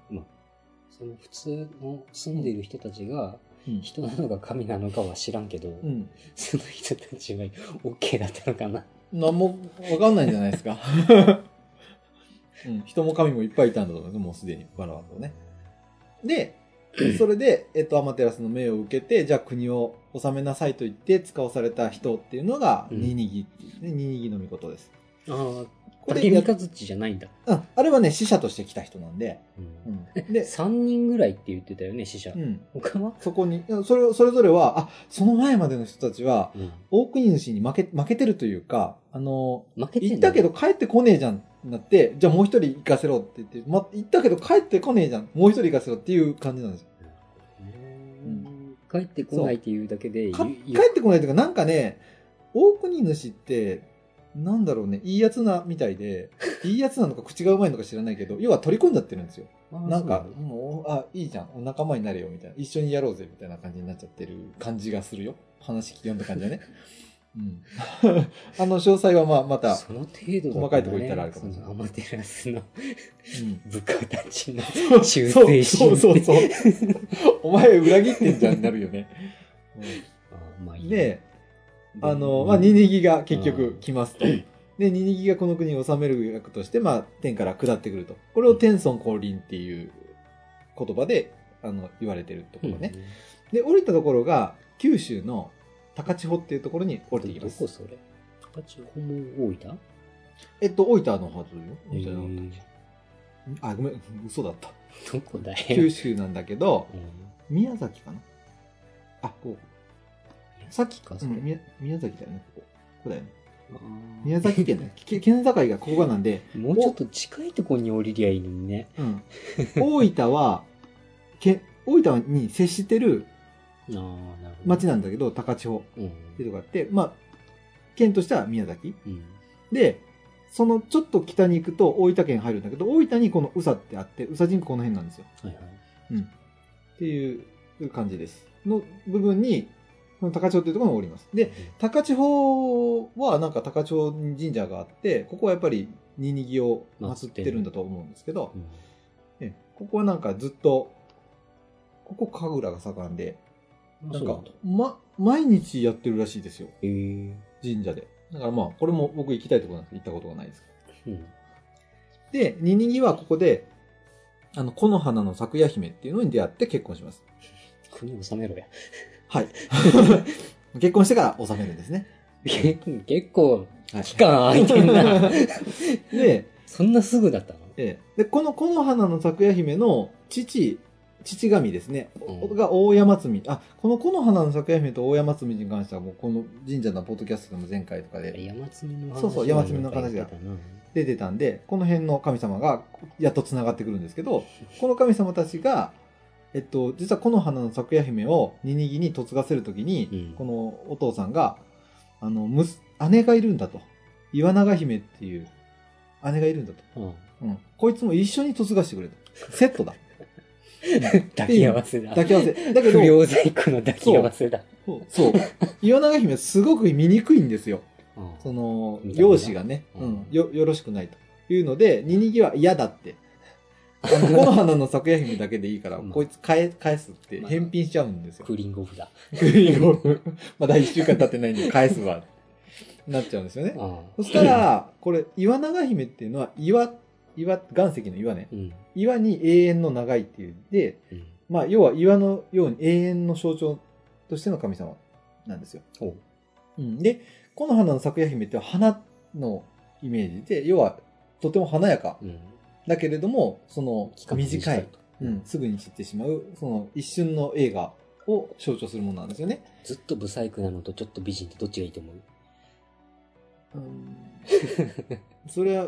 Speaker 4: その普通の住んでいる人たちが、
Speaker 1: うん
Speaker 4: 人なのか神なのかは知らんけど、
Speaker 1: うん。
Speaker 4: その人たちは OK だったのかな。
Speaker 1: なんもわかんないんじゃないですか。うん、人も神もいっぱいいたんだと思うもうすでに、わらわとね。で、それで、えっと、アマテラスの命を受けて、じゃあ国を治めなさいと言って、使わされた人っていうのが、
Speaker 4: うん
Speaker 1: ニニギっていうね、ニニギの御事です。
Speaker 4: ああ、
Speaker 1: これ
Speaker 4: 竹
Speaker 1: や
Speaker 4: 三日月じゃないんだ。
Speaker 1: あ、あれはね、死者として来た人なんで、
Speaker 4: う
Speaker 1: うんん、 で、
Speaker 4: 3人ぐらいって言ってたよね、死者。
Speaker 1: うん、
Speaker 4: 他は
Speaker 1: そこに、いやそれ、それぞれは、あ、その前までの人たちは、
Speaker 4: うん
Speaker 1: 大国主に負け、負けてるというか、あの、
Speaker 4: 負けてん
Speaker 1: 行
Speaker 4: の
Speaker 1: ったけど帰ってこねえじゃんなって、じゃあもう一人行かせろって言って、ま、行ったけど帰ってこねえじゃん、もう一人行かせろっていう感じなんですよ。
Speaker 4: うん帰ってこないっていうだけで、
Speaker 1: か
Speaker 4: ゆ
Speaker 1: 帰
Speaker 4: ゆ
Speaker 1: ってこないというか、なんかね、大国主って、なんだろうね、いいやつなみたい で、いいやつなのか口がうまいのか知らないけど、要は取り込んじゃってるんですよ。
Speaker 4: ああ
Speaker 1: なんか
Speaker 4: そう、
Speaker 1: もう、あ、いいじゃん、お仲間になれよ、みたいな。一緒にやろうぜ、みたいな感じになっちゃってる感じがするよ。話読んだ感じだ ね。うん。 あの、詳細はまあ、また、
Speaker 4: その程度だ
Speaker 1: 細かいとこ行ったらあるかもしれ
Speaker 4: そ
Speaker 1: ない
Speaker 4: のアマテラスの
Speaker 1: うん
Speaker 4: 部下たちの
Speaker 1: そう
Speaker 4: 忠誠
Speaker 1: そう
Speaker 4: 心
Speaker 1: そうそう。お前裏切ってんじゃんになるよね。
Speaker 4: あまあいい
Speaker 1: で、あの、
Speaker 4: うん
Speaker 1: まあ、ニニギが結局
Speaker 4: うん
Speaker 1: 来ますと。で、ニニギがこの国を治める役として、まあ、天から下ってくると。これを天孫降臨っていう言葉で、あの、言われてるところね。で、降りたところが、九州の高千穂っていうところに降
Speaker 4: う
Speaker 1: りて
Speaker 4: ん
Speaker 1: き
Speaker 4: ど
Speaker 1: ま
Speaker 4: こ
Speaker 1: す。
Speaker 4: それ高千穂も大分
Speaker 1: えっと、大分のはずよ。大分のはず
Speaker 4: え
Speaker 1: あ、ごめん、嘘だった。
Speaker 4: ーどこだよ
Speaker 1: 九州なんだけど、
Speaker 4: うん
Speaker 1: 宮崎かなあ、こう。さっき
Speaker 4: か
Speaker 1: か、
Speaker 4: それ
Speaker 1: うん宮宮崎だよね、ここ。ここだよね。
Speaker 4: あー
Speaker 1: 宮崎県だよ。け県境がここがなんで、
Speaker 4: もうちょっと近いとこに降りりゃいいのにね
Speaker 1: うん、大分は、け大分に接してる
Speaker 4: ああなるほど
Speaker 1: 町なんだけど、高千穂
Speaker 4: うん
Speaker 1: っていうとこがあって、まあ、県としては宮崎。
Speaker 4: うん
Speaker 1: で、そのちょっと北に行くと大分県入るんだけど、大分にこの宇佐ってあって、宇佐神宮この辺なんですよ。
Speaker 4: はいはい
Speaker 1: っていう感じです。の部分に、その高千穂っていうところにおります。で、高千穂はなんか高千穂神社があってここはやっぱりニニギを祀ってるんだと思うんですけど
Speaker 4: う、ん
Speaker 1: ええここはなんかずっとここ神楽が盛んで
Speaker 4: あ
Speaker 1: なん
Speaker 4: そう
Speaker 1: か、ま、毎日やってるらしいですよ
Speaker 4: えー
Speaker 1: 神社でだからまあこれも僕行きたいところなんですけど行ったことがないです
Speaker 4: うん
Speaker 1: でニニギはここであの木の花の咲夜姫っていうのに出会って結婚します
Speaker 4: 国収めろや
Speaker 1: はい 結婚してから納めるんですね
Speaker 4: 結構
Speaker 1: はい
Speaker 4: 期間空いてんな
Speaker 1: で
Speaker 4: そんなすぐだったの
Speaker 1: ええ、でこの木の花の咲夜姫の父父神ですね、
Speaker 4: うん
Speaker 1: が大山積あこの木の花の咲夜姫と大山積に関してはもうこの神社のポッドキャストでも前回とかで
Speaker 4: 山積みの話
Speaker 1: そうそう山積みの話だ
Speaker 4: が
Speaker 1: 出てたんでこの辺の神様がやっとつながってくるんですけどこの神様たちが、えっと、実は木の花の咲夜姫をニニギに嫁がせるときに、
Speaker 4: うん
Speaker 1: このお父さんがあのむす姉がいるんだと岩永姫っていう姉がいるんだと。
Speaker 4: うん
Speaker 1: うん、こいつも一緒に嫁がしてくれと。セットだ。
Speaker 4: 抱き合わせだ
Speaker 1: 抱き合わせ。だけ
Speaker 4: 不
Speaker 1: ど、
Speaker 4: 良在庫の抱き合わせだ
Speaker 1: そう そう。岩永姫はすごく醜いんですよ。
Speaker 4: うん
Speaker 1: その、
Speaker 4: 見た目が
Speaker 1: 容姿がね、
Speaker 4: う
Speaker 1: うんん、よ、よろしくないというので、ニニギは嫌だってあの、この花の咲夜姫だけでいいから、
Speaker 4: うん
Speaker 1: こいつ返返すって
Speaker 4: まあ
Speaker 1: 返品しちゃうん ですよ
Speaker 4: ク。ーリングオフだ。
Speaker 1: クーリングオフ まだ1週間経ってないんで返すわ。なっちゃうんですよね。
Speaker 4: あ
Speaker 1: そしたら、これ、岩長姫っていうのは、岩、岩、岩石の岩ね。
Speaker 4: うん。
Speaker 1: 岩に永遠の長いっていう。で、
Speaker 4: うん。
Speaker 1: まあ、要は岩のように永遠の象徴としての神様なんですよ。
Speaker 4: ほ
Speaker 1: うん、で、この花の咲夜姫って花のイメージで、要は、とても華やか
Speaker 4: う。うん。
Speaker 1: だけれども、その
Speaker 4: 期、間が
Speaker 1: 短い、
Speaker 4: と
Speaker 1: うん、すぐに散ってしまう、その、一瞬の映画を象徴するものなんですよね。
Speaker 4: ずっとブサイクなのとちょっと美人ってどっちがいいと思う
Speaker 1: それは、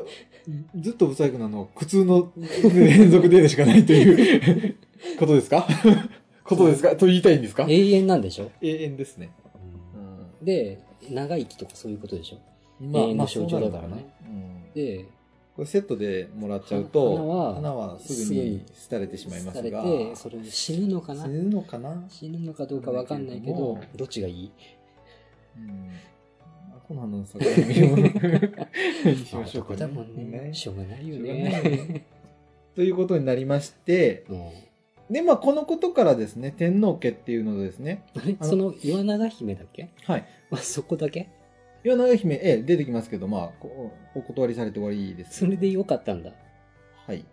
Speaker 1: ずっと不細工なのは苦痛の連続でしかないと いうことですかことですかと言いたいんですか
Speaker 4: 永遠なんでしょ、
Speaker 1: 永遠ですね。
Speaker 4: で、長生きとかそういうことでしょ
Speaker 1: ま
Speaker 4: 永遠の象徴だから
Speaker 1: そ
Speaker 4: ね。
Speaker 1: うなるのかなうん
Speaker 4: で、
Speaker 1: これセットでもらっちゃうと、
Speaker 4: 花は
Speaker 1: 花はすぐに廃れてしまいますが、
Speaker 4: されて、それ死ぬのかな
Speaker 1: 死ぬのかな、うん、
Speaker 4: 死ぬのかどうかわかんないけど、どっちがいい
Speaker 1: あこの花の作品をにし
Speaker 4: まあ
Speaker 1: ましょう
Speaker 4: 男
Speaker 1: か
Speaker 4: だもんね。しょうがないよ
Speaker 1: しょうがないよ
Speaker 4: ね。
Speaker 1: ねということになりまして、
Speaker 4: も
Speaker 1: で、まあ、このことからですね、天皇家っていうのですね、
Speaker 4: うあれ
Speaker 1: あの
Speaker 4: その岩永姫だっけ
Speaker 1: はい。
Speaker 4: まあ、そこだけ
Speaker 1: 岩永姫、ええ、出てきますけど、まあ、こお断りされて終わりです
Speaker 4: そ
Speaker 1: ね、
Speaker 4: れでよかったんだ。
Speaker 1: はい。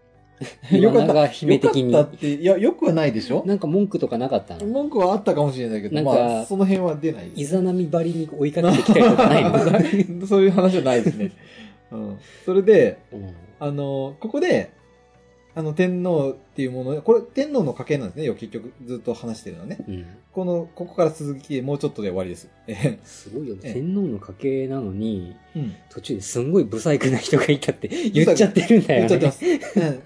Speaker 4: 岩
Speaker 1: よかった
Speaker 4: 永姫的に
Speaker 1: よ。かったって、いや、よくはないでしょ
Speaker 4: なんか文句とかなかったの
Speaker 1: 文句はあったかもしれないけ
Speaker 4: な
Speaker 1: ど、
Speaker 4: んか
Speaker 1: まあ、その辺は出ないです
Speaker 4: イザナミばりに追いかけてきたりとかない の
Speaker 1: そういう話はないですね。うん。それで、
Speaker 4: うん
Speaker 1: あの、ここで、あの、天皇っていうもの、これ、天皇の家系なんですね。よ、結局、ずっと話してるのはね。
Speaker 4: うん。
Speaker 1: この、ここから続き、もうちょっとで終わりです。え
Speaker 4: すごいよね。
Speaker 1: ええ
Speaker 4: 天皇の家系なのに、
Speaker 1: えうん。
Speaker 4: 途中ですんごいブサイクな人がいたって言っちゃってるんだ
Speaker 1: 言
Speaker 4: よ
Speaker 1: っちゃってま
Speaker 4: ね。
Speaker 1: す。う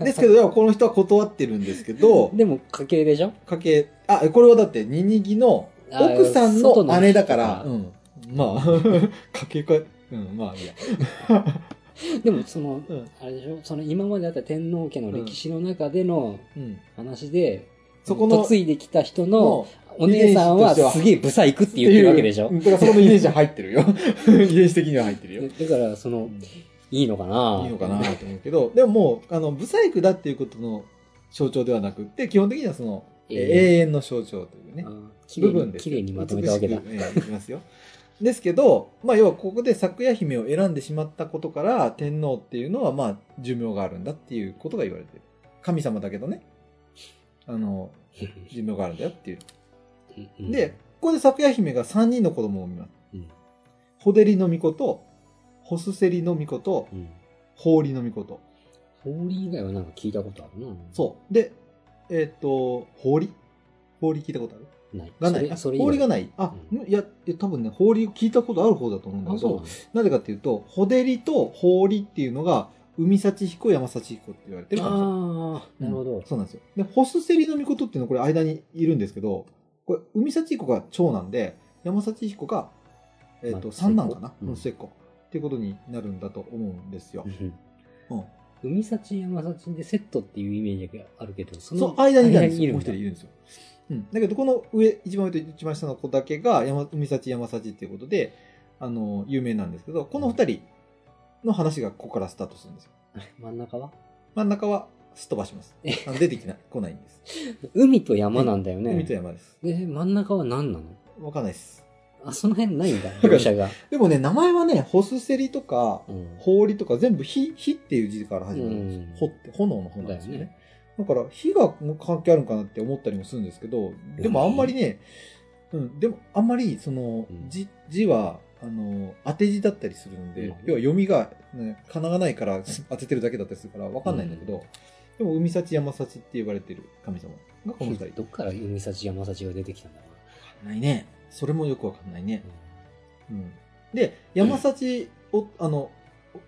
Speaker 1: んですけど、でもこの人は断ってるんですけど、
Speaker 4: でも家系でしょ
Speaker 1: 家系、あ、これはだって、ニニギの
Speaker 4: あー
Speaker 1: 奥さん
Speaker 4: 外
Speaker 1: の姉だから、
Speaker 4: 人
Speaker 1: う
Speaker 4: と
Speaker 1: ん。まあ、 家系か、うん、まあ、いいや。
Speaker 4: でもその、
Speaker 1: うん
Speaker 4: あれでしょその今まであった天皇家の歴史の中での
Speaker 1: うん。
Speaker 4: 話で、
Speaker 1: そこの、
Speaker 4: 嫁いできた人の
Speaker 1: の
Speaker 4: お姉さんはすげえブサイクって言ってるわけでしょ
Speaker 1: うんだからそこの遺伝子は入ってるよ。 遺伝子的には入ってるよ。
Speaker 4: だから、その、
Speaker 1: い
Speaker 4: いいのかない
Speaker 1: のかなと思うけど、でももう、あの、不細工だっていうことの象徴ではなくって、基本的にはその、えー
Speaker 4: ええ
Speaker 1: 永遠の象徴というね
Speaker 4: あ。ー綺
Speaker 1: 部
Speaker 4: 麗
Speaker 1: 分
Speaker 4: に
Speaker 1: です。
Speaker 4: 綺麗にまとめたわけだ
Speaker 1: 美。しくええいきますよ。ですけど、まあ、要はここで咲夜姫を選んでしまったことから、天皇っていうのは、まあ、寿命があるんだっていうことが言われてる。神様だけどね。あの、寿命があるんだよっていう。
Speaker 4: うん
Speaker 1: で、、ここで咲夜姫が3人の子供を産みます。
Speaker 4: うん
Speaker 1: ホデリの巫女と、ホスセリの巫女と、
Speaker 4: うん。
Speaker 1: ホーリの巫女と。
Speaker 4: 法理以外はなんか聞いたことあるな。
Speaker 1: そう。で、えっ、と、法理法理聞いたことある
Speaker 4: う。ない。
Speaker 1: がない。
Speaker 4: それそれ以
Speaker 1: 法
Speaker 4: 外
Speaker 1: 理がない。あ、
Speaker 4: うん
Speaker 1: いや、いや多分ね、法理聞いたことある方だと思うんだ
Speaker 4: あ、
Speaker 1: け
Speaker 4: そう
Speaker 1: ど、なぜかっていうと、ホデリとホーリっていうのが、海幸彦、山幸彦って言われてる
Speaker 4: な
Speaker 1: 神様
Speaker 4: のああ、なるほど。
Speaker 1: そうなんですよ。で、ホスセリの御事っていうのはこれ間にいるんですけど、これ、海幸彦が長男で、山幸彦が、えっ、
Speaker 4: ま
Speaker 1: と、
Speaker 4: あ
Speaker 1: 三男かな
Speaker 4: 末っ子うん
Speaker 1: うん末っ子。っていうことになるんだと思うんですよ。
Speaker 4: うん
Speaker 1: うん
Speaker 4: 海幸山幸でセットっていうイメージがあるけど、
Speaker 1: そ
Speaker 4: そ
Speaker 1: の
Speaker 4: の
Speaker 1: 間にいたんですよ。
Speaker 4: 間
Speaker 1: もう
Speaker 4: に
Speaker 1: 一人い
Speaker 4: いる
Speaker 1: る
Speaker 4: んだ
Speaker 1: んですよ。うん。だけど、この上、一番上と一番下の子だけが、山、海幸山幸っていうことで、あの、有名なんですけど、この二人の話がここからスタートするんですよ。
Speaker 4: 真ん中は
Speaker 1: 真ん中は、すっ飛ばします。あの出てきな、来ないんです。
Speaker 4: 海と山なんだよね。
Speaker 1: 海と山です。
Speaker 4: で、真ん中は何なの
Speaker 1: わかんないです。
Speaker 4: あ、その辺な いんだ、
Speaker 1: かる
Speaker 4: 描写が。
Speaker 1: でもね、名前はね、ホスセリとか、
Speaker 4: うん
Speaker 1: ホーリとか、全部火、火っていう字から始まるん
Speaker 4: うん
Speaker 1: ですよ。火って、炎の炎なんですよ
Speaker 4: だよ
Speaker 1: ね。だから、火が関係あるんかなって思ったりもするんですけど、でもあんまりね、うん、でもあんまり、その
Speaker 4: う、ん
Speaker 1: 字、字は、あの、当て字だったりするんで、
Speaker 4: うん
Speaker 1: 要は読みが、ね、かながないから 当ててるだけだったりするから、わかんないんだけど、でも、海幸山幸って言われてる神様がこの二人。
Speaker 4: どっから海幸山幸が出てきたんだろ
Speaker 1: ないね。それもよくわかんないね
Speaker 4: う。な。
Speaker 1: うん。で、山幸を、あの、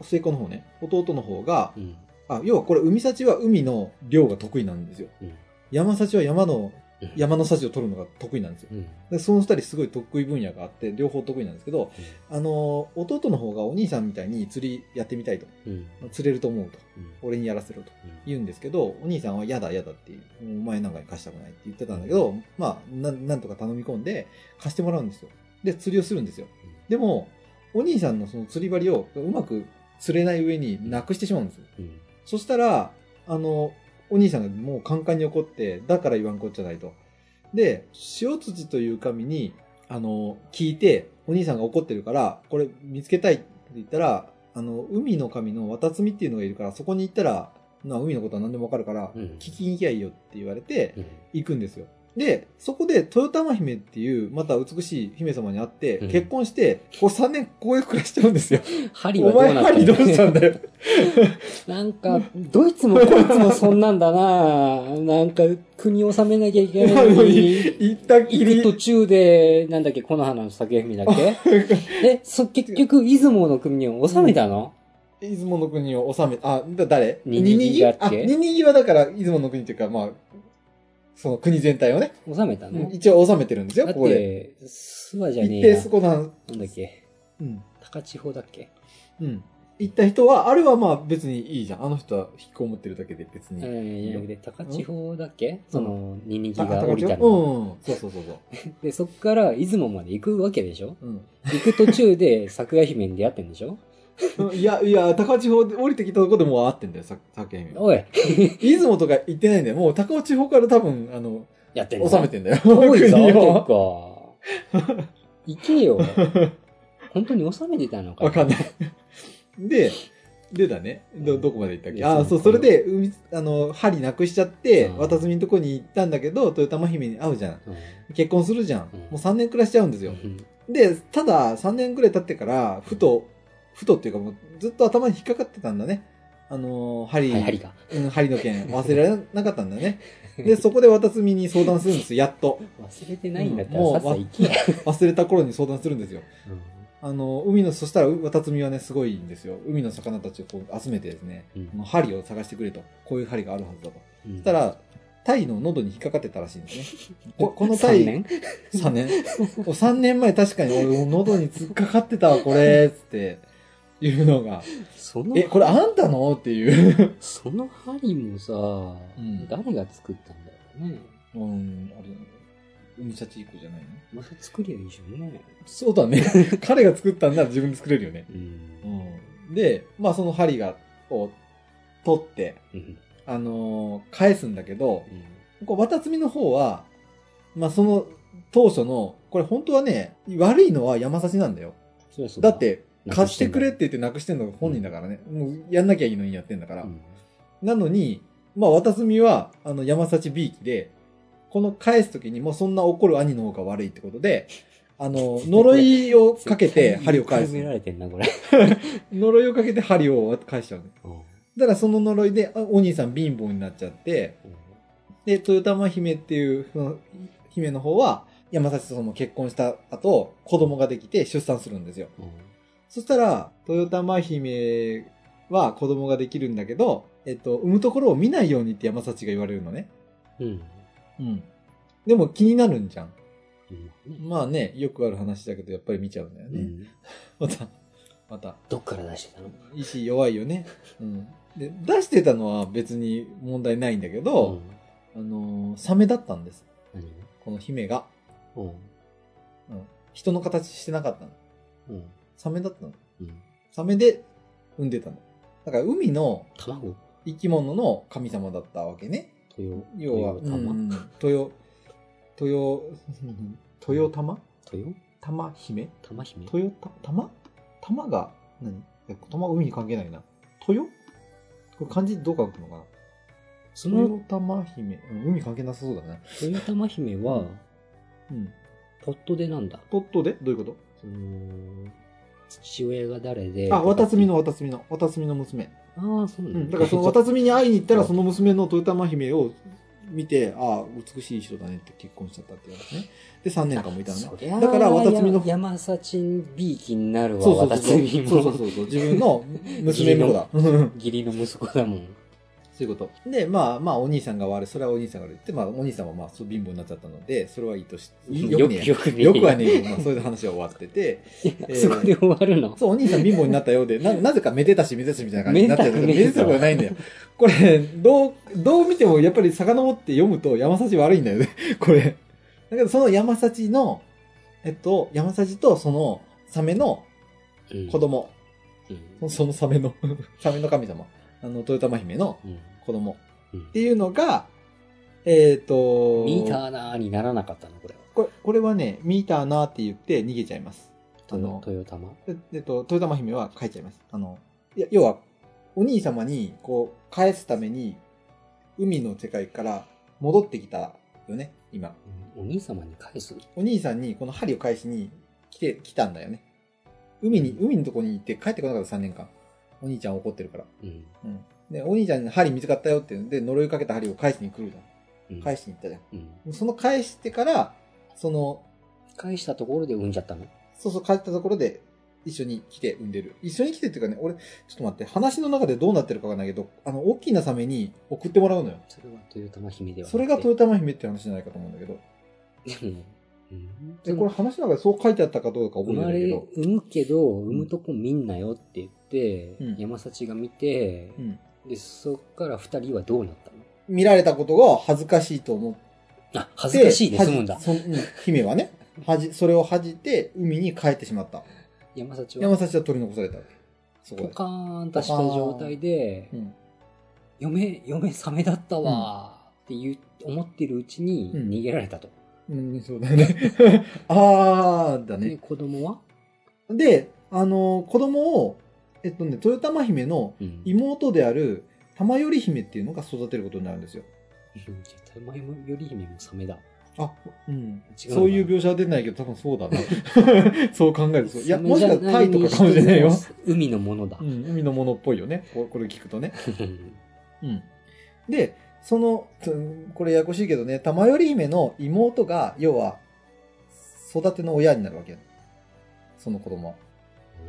Speaker 1: 末っ子の方ね、弟の方が
Speaker 4: う、ん。
Speaker 1: あ、要はこれ、海幸は海の漁が得意なんですよ。
Speaker 4: うん
Speaker 1: 山幸は山の、
Speaker 4: うん。
Speaker 1: 山の幸を取るのが得意なんですよ。
Speaker 4: うん。
Speaker 1: で、その二人すごい得意分野があって、両方得意なんですけど、あの、弟の方がお兄さんみたいに釣りやってみたいと。
Speaker 4: うん。うん。
Speaker 1: 釣れると思うと。
Speaker 4: うん
Speaker 1: 俺にやらせろと
Speaker 4: うん
Speaker 1: 言うんですけど、お兄さんは嫌だ嫌だっていう、お前なんかに貸したくないって言ってたんだけど、まあな、なんとか頼み込んで貸してもらうんですよ。で、釣りをするんですよ。でも、お兄さんのその釣り針をうまく釣れない上になくしてしまうんですよ。
Speaker 4: うん。
Speaker 1: そしたら、あの、お兄さんがもうカンカンに怒って、だから言わんこっちゃないと。で、塩土という神に、あの、聞いて、お兄さんが怒ってるから、これ見つけたいって言ったら、あの、海の神の渡つみっていうのがいるから、そこに行ったら、な海のことは何でもわかるから、
Speaker 4: うん
Speaker 1: 聞きに行きゃいいよって言われて、
Speaker 4: うん
Speaker 1: 行くんですよ。で、そこで豊玉姫っていう、また美しい姫様に会って、
Speaker 4: うん
Speaker 1: 結婚して、こう3年こういう暮らしちゃうんですよ。
Speaker 4: 針は
Speaker 1: お
Speaker 4: どう
Speaker 1: 前、
Speaker 4: なった
Speaker 1: 針どうしたんだよ。
Speaker 4: なんか、ドイツもこいつもそんなんだななんか、国を治めなきゃいけないのに、
Speaker 1: 行ったっき
Speaker 4: 行く
Speaker 1: り。
Speaker 4: 途中で、なんだっけ、この花の酒姫だっ けえ、そ、結局、出雲の国を治めたの、
Speaker 1: 出雲の国を治め、あ、だ誰
Speaker 4: ニニギだっけ
Speaker 1: あニニギはだから、出雲の国っていうか、まあ、その国全体をね、
Speaker 4: 治めたの、
Speaker 1: 一応治めてるんですよ、
Speaker 4: だっ
Speaker 1: ここで。
Speaker 4: て、諏訪じゃ
Speaker 1: 行
Speaker 4: ね
Speaker 1: っ
Speaker 4: え
Speaker 1: て、
Speaker 4: や。
Speaker 1: そこなん、
Speaker 4: なんだっけ、
Speaker 1: うん、
Speaker 4: 高千穂だっけ、
Speaker 1: うん。行った人は、あれはまあ別にいいじゃん。あの人は引きこもってるだけで別
Speaker 4: う
Speaker 1: に。
Speaker 4: ん、じゃなくて、高千穂だっけ、その、ニニギ
Speaker 1: あ
Speaker 4: が降り
Speaker 1: 高
Speaker 4: た
Speaker 1: 千穂
Speaker 4: の。
Speaker 1: うんうん。そうそうそうそう。
Speaker 4: で、そっから出雲まで行くわけでしょ
Speaker 1: うん
Speaker 4: 行く途中で桜姫に出会ってんでしょ
Speaker 1: うんいや、いや、高千穂で降りてきたとこでもう会ってんだよ、さ酒姫。
Speaker 4: おい、
Speaker 1: 出雲とか行ってないんだよ。もう高千穂から多分、あの、
Speaker 4: やってんの
Speaker 1: 収めてんだよ。
Speaker 4: 多いぞ、
Speaker 1: 国
Speaker 4: 結
Speaker 1: を
Speaker 4: 構。行けよ。本当に収めてたのか。
Speaker 1: わかんない。 で、でだね。ど、どこまで行ったっ
Speaker 4: い
Speaker 1: け
Speaker 4: や
Speaker 1: ああ、
Speaker 4: そ
Speaker 1: そうう、それで、海、あの、針なくしちゃって
Speaker 4: う、ん
Speaker 1: 渡澄のとこに行ったんだけど、豊玉姫に会うじゃん。
Speaker 4: うん。
Speaker 1: 結婚するじゃん。
Speaker 4: うん
Speaker 1: もう3年暮らしちゃうんです
Speaker 4: う
Speaker 1: よ。
Speaker 4: ん
Speaker 1: で、ただ、3年くらい経ってから、ふと、ふとっていうかもう、ずっと頭に引っかかってたんだね。あのー、針、
Speaker 4: はい、針が。
Speaker 1: うん、針の件、忘れられなかったんだね。で、そこで渡澄に相談するんですよ、やっと。
Speaker 4: 忘れてないんだった
Speaker 1: う
Speaker 4: ら
Speaker 1: ん
Speaker 4: さ
Speaker 1: も
Speaker 4: っ
Speaker 1: う
Speaker 4: さ行けや。
Speaker 1: 忘れた頃に相談するんですよ。
Speaker 4: う
Speaker 1: あの、海の、そしたら、う渡積はね、すごいんですよ。海の魚たちをこう集めてですね、
Speaker 4: うん
Speaker 1: あの針を探してくれと。こういう針があるはずだと。
Speaker 4: ん
Speaker 1: そした、ら、タイの喉に引っかかってたらしいんですね。ここのタ
Speaker 4: 3
Speaker 1: イ、
Speaker 4: 年
Speaker 1: 3年 ?3 年前確かに俺、喉に突っかかってたわ、これ、つって、いうのが。
Speaker 4: その
Speaker 1: え、、これあんたのっていう。
Speaker 4: その針もさ、
Speaker 1: ん
Speaker 4: 誰が作ったんだろうね。
Speaker 1: うん、あれ、海シャチ以降じゃないの
Speaker 4: また作りゃいいじゃんね。
Speaker 1: そうだね。彼が作ったんなら自分で作れるよね。
Speaker 4: う。
Speaker 1: うんん。で、まあその針が、を取って、
Speaker 4: うん。
Speaker 1: あのー返すんだけど、
Speaker 4: うん
Speaker 1: こう、渡積の方は、まあ、その、当初の、これ本当はね、悪いのは山幸なんだよ。
Speaker 4: そりゃそう
Speaker 1: だっ、て、
Speaker 4: なく
Speaker 1: 貸
Speaker 4: し
Speaker 1: してて
Speaker 4: んだ
Speaker 1: くれって言ってなくしてんのが本人だからね。もう、やんなきゃいいのにやってんだから。
Speaker 4: うん
Speaker 1: なのに、まあ、渡積は、あの、山幸 B 期で、この返すときに、もうそんな怒る兄の方が悪いってことで、あの、呪いをかけ て針を返
Speaker 4: 絶対見ら
Speaker 1: す。
Speaker 4: れてんな、これ。
Speaker 1: 呪いをかけて針を返しちゃうの。
Speaker 4: うん
Speaker 1: だからその呪いで、あお兄さん貧乏になっちゃって、で、豊玉姫っていう、その、姫の方は、山崎とも結婚した後、子供ができて出産するんですよ。
Speaker 4: うん
Speaker 1: そしたら、豊玉姫は子供ができるんだけど、えっと、産むところを見ないようにって山崎が言われるのね。
Speaker 4: うん。
Speaker 1: うん。でも気になるんじゃん。
Speaker 4: うん
Speaker 1: まあね、よくある話だけど、やっぱり見ちゃうんだよ
Speaker 4: う
Speaker 1: ね。
Speaker 4: ん
Speaker 1: また、また、
Speaker 4: どっから出してたの
Speaker 1: 意志弱いよね。うん。で、出してたのは別に問題ないんだけど、あのーサメだったんです。
Speaker 4: 何が
Speaker 1: この姫が。
Speaker 4: うん。
Speaker 1: うん。人の形してなかったの。
Speaker 4: うん。
Speaker 1: サメだったの。
Speaker 4: うん。
Speaker 1: サメで産んでたの。だから海の
Speaker 4: 卵
Speaker 1: 生き物の神様だったわけね。
Speaker 4: 豊。
Speaker 1: 要は、
Speaker 4: 豊
Speaker 1: う
Speaker 4: 玉
Speaker 1: ん豊、豊、豊玉
Speaker 4: 豊
Speaker 1: 玉姫
Speaker 4: 玉姫
Speaker 1: 豊た玉玉が、何いや玉は海に関係ないな。豊これ漢字どう書くのかな
Speaker 4: その
Speaker 1: 豊玉姫。うん海関係なさそうだね。
Speaker 4: 豊玉姫は、
Speaker 1: うん。
Speaker 4: ポットでなんだ。
Speaker 1: ポットでどういうこと
Speaker 4: その、父親が誰で。
Speaker 1: あ、渡澄の。渡澄の、渡澄の娘。
Speaker 4: ああ、そう
Speaker 1: う、
Speaker 4: なんん
Speaker 1: だからその渡
Speaker 4: み
Speaker 1: 澄に会いに行ったらその娘の豊玉姫を見てああ美しい人だねって結婚しちゃったっていう話ねで3年間もいたのねだから渡
Speaker 4: み
Speaker 1: 澄の
Speaker 4: 山幸びいきになるわ、
Speaker 1: そうそ
Speaker 4: 渡
Speaker 1: うそう
Speaker 4: み
Speaker 1: そうそう
Speaker 4: も。
Speaker 1: そうそう自分 の娘婿だうん
Speaker 4: 義理の息子だもん。
Speaker 1: そういうことでまあまあお兄さんが悪いそれはお兄さんが悪いってまあお兄さんはまあそう貧乏になっちゃったのでそれはいいとしよくね
Speaker 4: よくね。
Speaker 1: よくはねえよ、まあ、それで話は終わっててえー
Speaker 4: そこで終わるの。
Speaker 1: そうお兄さん貧乏になったようでななぜかめでたしめでたしみたいな感じになっちゃうけどめ
Speaker 4: めで
Speaker 1: で
Speaker 4: た
Speaker 1: た
Speaker 4: くねえぞ
Speaker 1: くはないんだよこれどうどう見てもやっぱり遡って読むと山幸悪いんだよね これだけどその山幸のえっと山幸とそのサメの
Speaker 4: うん
Speaker 1: 子。供、
Speaker 4: う ん
Speaker 1: そのサメのサメの神様あの豊玉姫の
Speaker 4: うん
Speaker 1: 子供っていうのが、えっ、と、
Speaker 4: ミーターなーにならなかったの、これは。
Speaker 1: これ、これはね、ミーターなーって言って逃げちゃいます。あの
Speaker 4: 豊豊玉。
Speaker 1: ええっと、豊玉姫は帰っちゃいます。あの、いや要は、お兄様に、こう、返すために、海の世界から戻ってきたよね、今。
Speaker 4: うんお兄様に返す
Speaker 1: お兄さんに、この針を返しに来て、来たんだよね。海に、海のとこに行って帰ってこなかった3年間。お兄ちゃん怒ってるから。
Speaker 4: うん。
Speaker 1: うん。で、お兄ちゃんに針見つかったよっていうので、呪いをかけた針を返しに来るじゃ
Speaker 4: うん
Speaker 1: ん。返しに行ったじゃ
Speaker 4: うん
Speaker 1: ん。その返してから、その、
Speaker 4: 返したところで産んじゃったの。
Speaker 1: そうそう、帰ったところで、一緒に来て産んでる。一緒に来てっていうかね、俺、ちょっと待って、話の中でどうなってるかわかんないけど、あの、大きなサメに送ってもらうのよ。
Speaker 4: それは豊玉姫ではなく
Speaker 1: そ
Speaker 4: て
Speaker 1: れが豊玉姫って話じゃないかと思うんだけど。
Speaker 4: でも、うん
Speaker 1: で、これ話の中でそう書いてあったかどうか覚え
Speaker 4: 生
Speaker 1: てな
Speaker 4: ま
Speaker 1: い
Speaker 4: れ
Speaker 1: けど。
Speaker 4: 産むけど産むとこ見んなよって言って、
Speaker 1: うん
Speaker 4: 山幸が見て、
Speaker 1: うん。
Speaker 4: でそっから二人はどうなったの
Speaker 1: 見られたことが恥ずかしいと思って、
Speaker 4: あ恥ずかしいで済むんだ
Speaker 1: 恥じそうん姫はね、恥じ、それを恥じて海に帰ってしまった。
Speaker 4: 山幸
Speaker 1: 山
Speaker 4: は
Speaker 1: 幸は取り残された。そこ
Speaker 4: ポ
Speaker 1: で。
Speaker 4: カーンとした状態で
Speaker 1: うん。
Speaker 4: 「嫁嫁サメだったわ」って言う思ってるうちに
Speaker 1: うん
Speaker 4: 逃げられたと、
Speaker 1: うん、そうだね。 あーだ
Speaker 4: で
Speaker 1: ね。
Speaker 4: 子供は、
Speaker 1: で、あの、子供を、えっとね、豊玉姫の
Speaker 4: うん
Speaker 1: 妹である玉頼姫っていうのが育てることになるんですよ。
Speaker 4: 絶対前もより姫もサメだ
Speaker 1: あ、うん。
Speaker 4: 違うの
Speaker 1: そういう描写は出ないけど、多分そうだ な。そう考えると。いや、
Speaker 4: サメ
Speaker 1: もし
Speaker 4: じ
Speaker 1: か
Speaker 4: ゃ
Speaker 1: したらタイと
Speaker 4: に
Speaker 1: か
Speaker 4: して
Speaker 1: かもしれないよ
Speaker 4: も。海のものだ
Speaker 1: う、ん、海のものっぽいよね。こ これ聞くとね。うん。で、その、つこれややこしいけどね、玉頼姫の妹が、要は、育ての親になるわけよ。その子供は。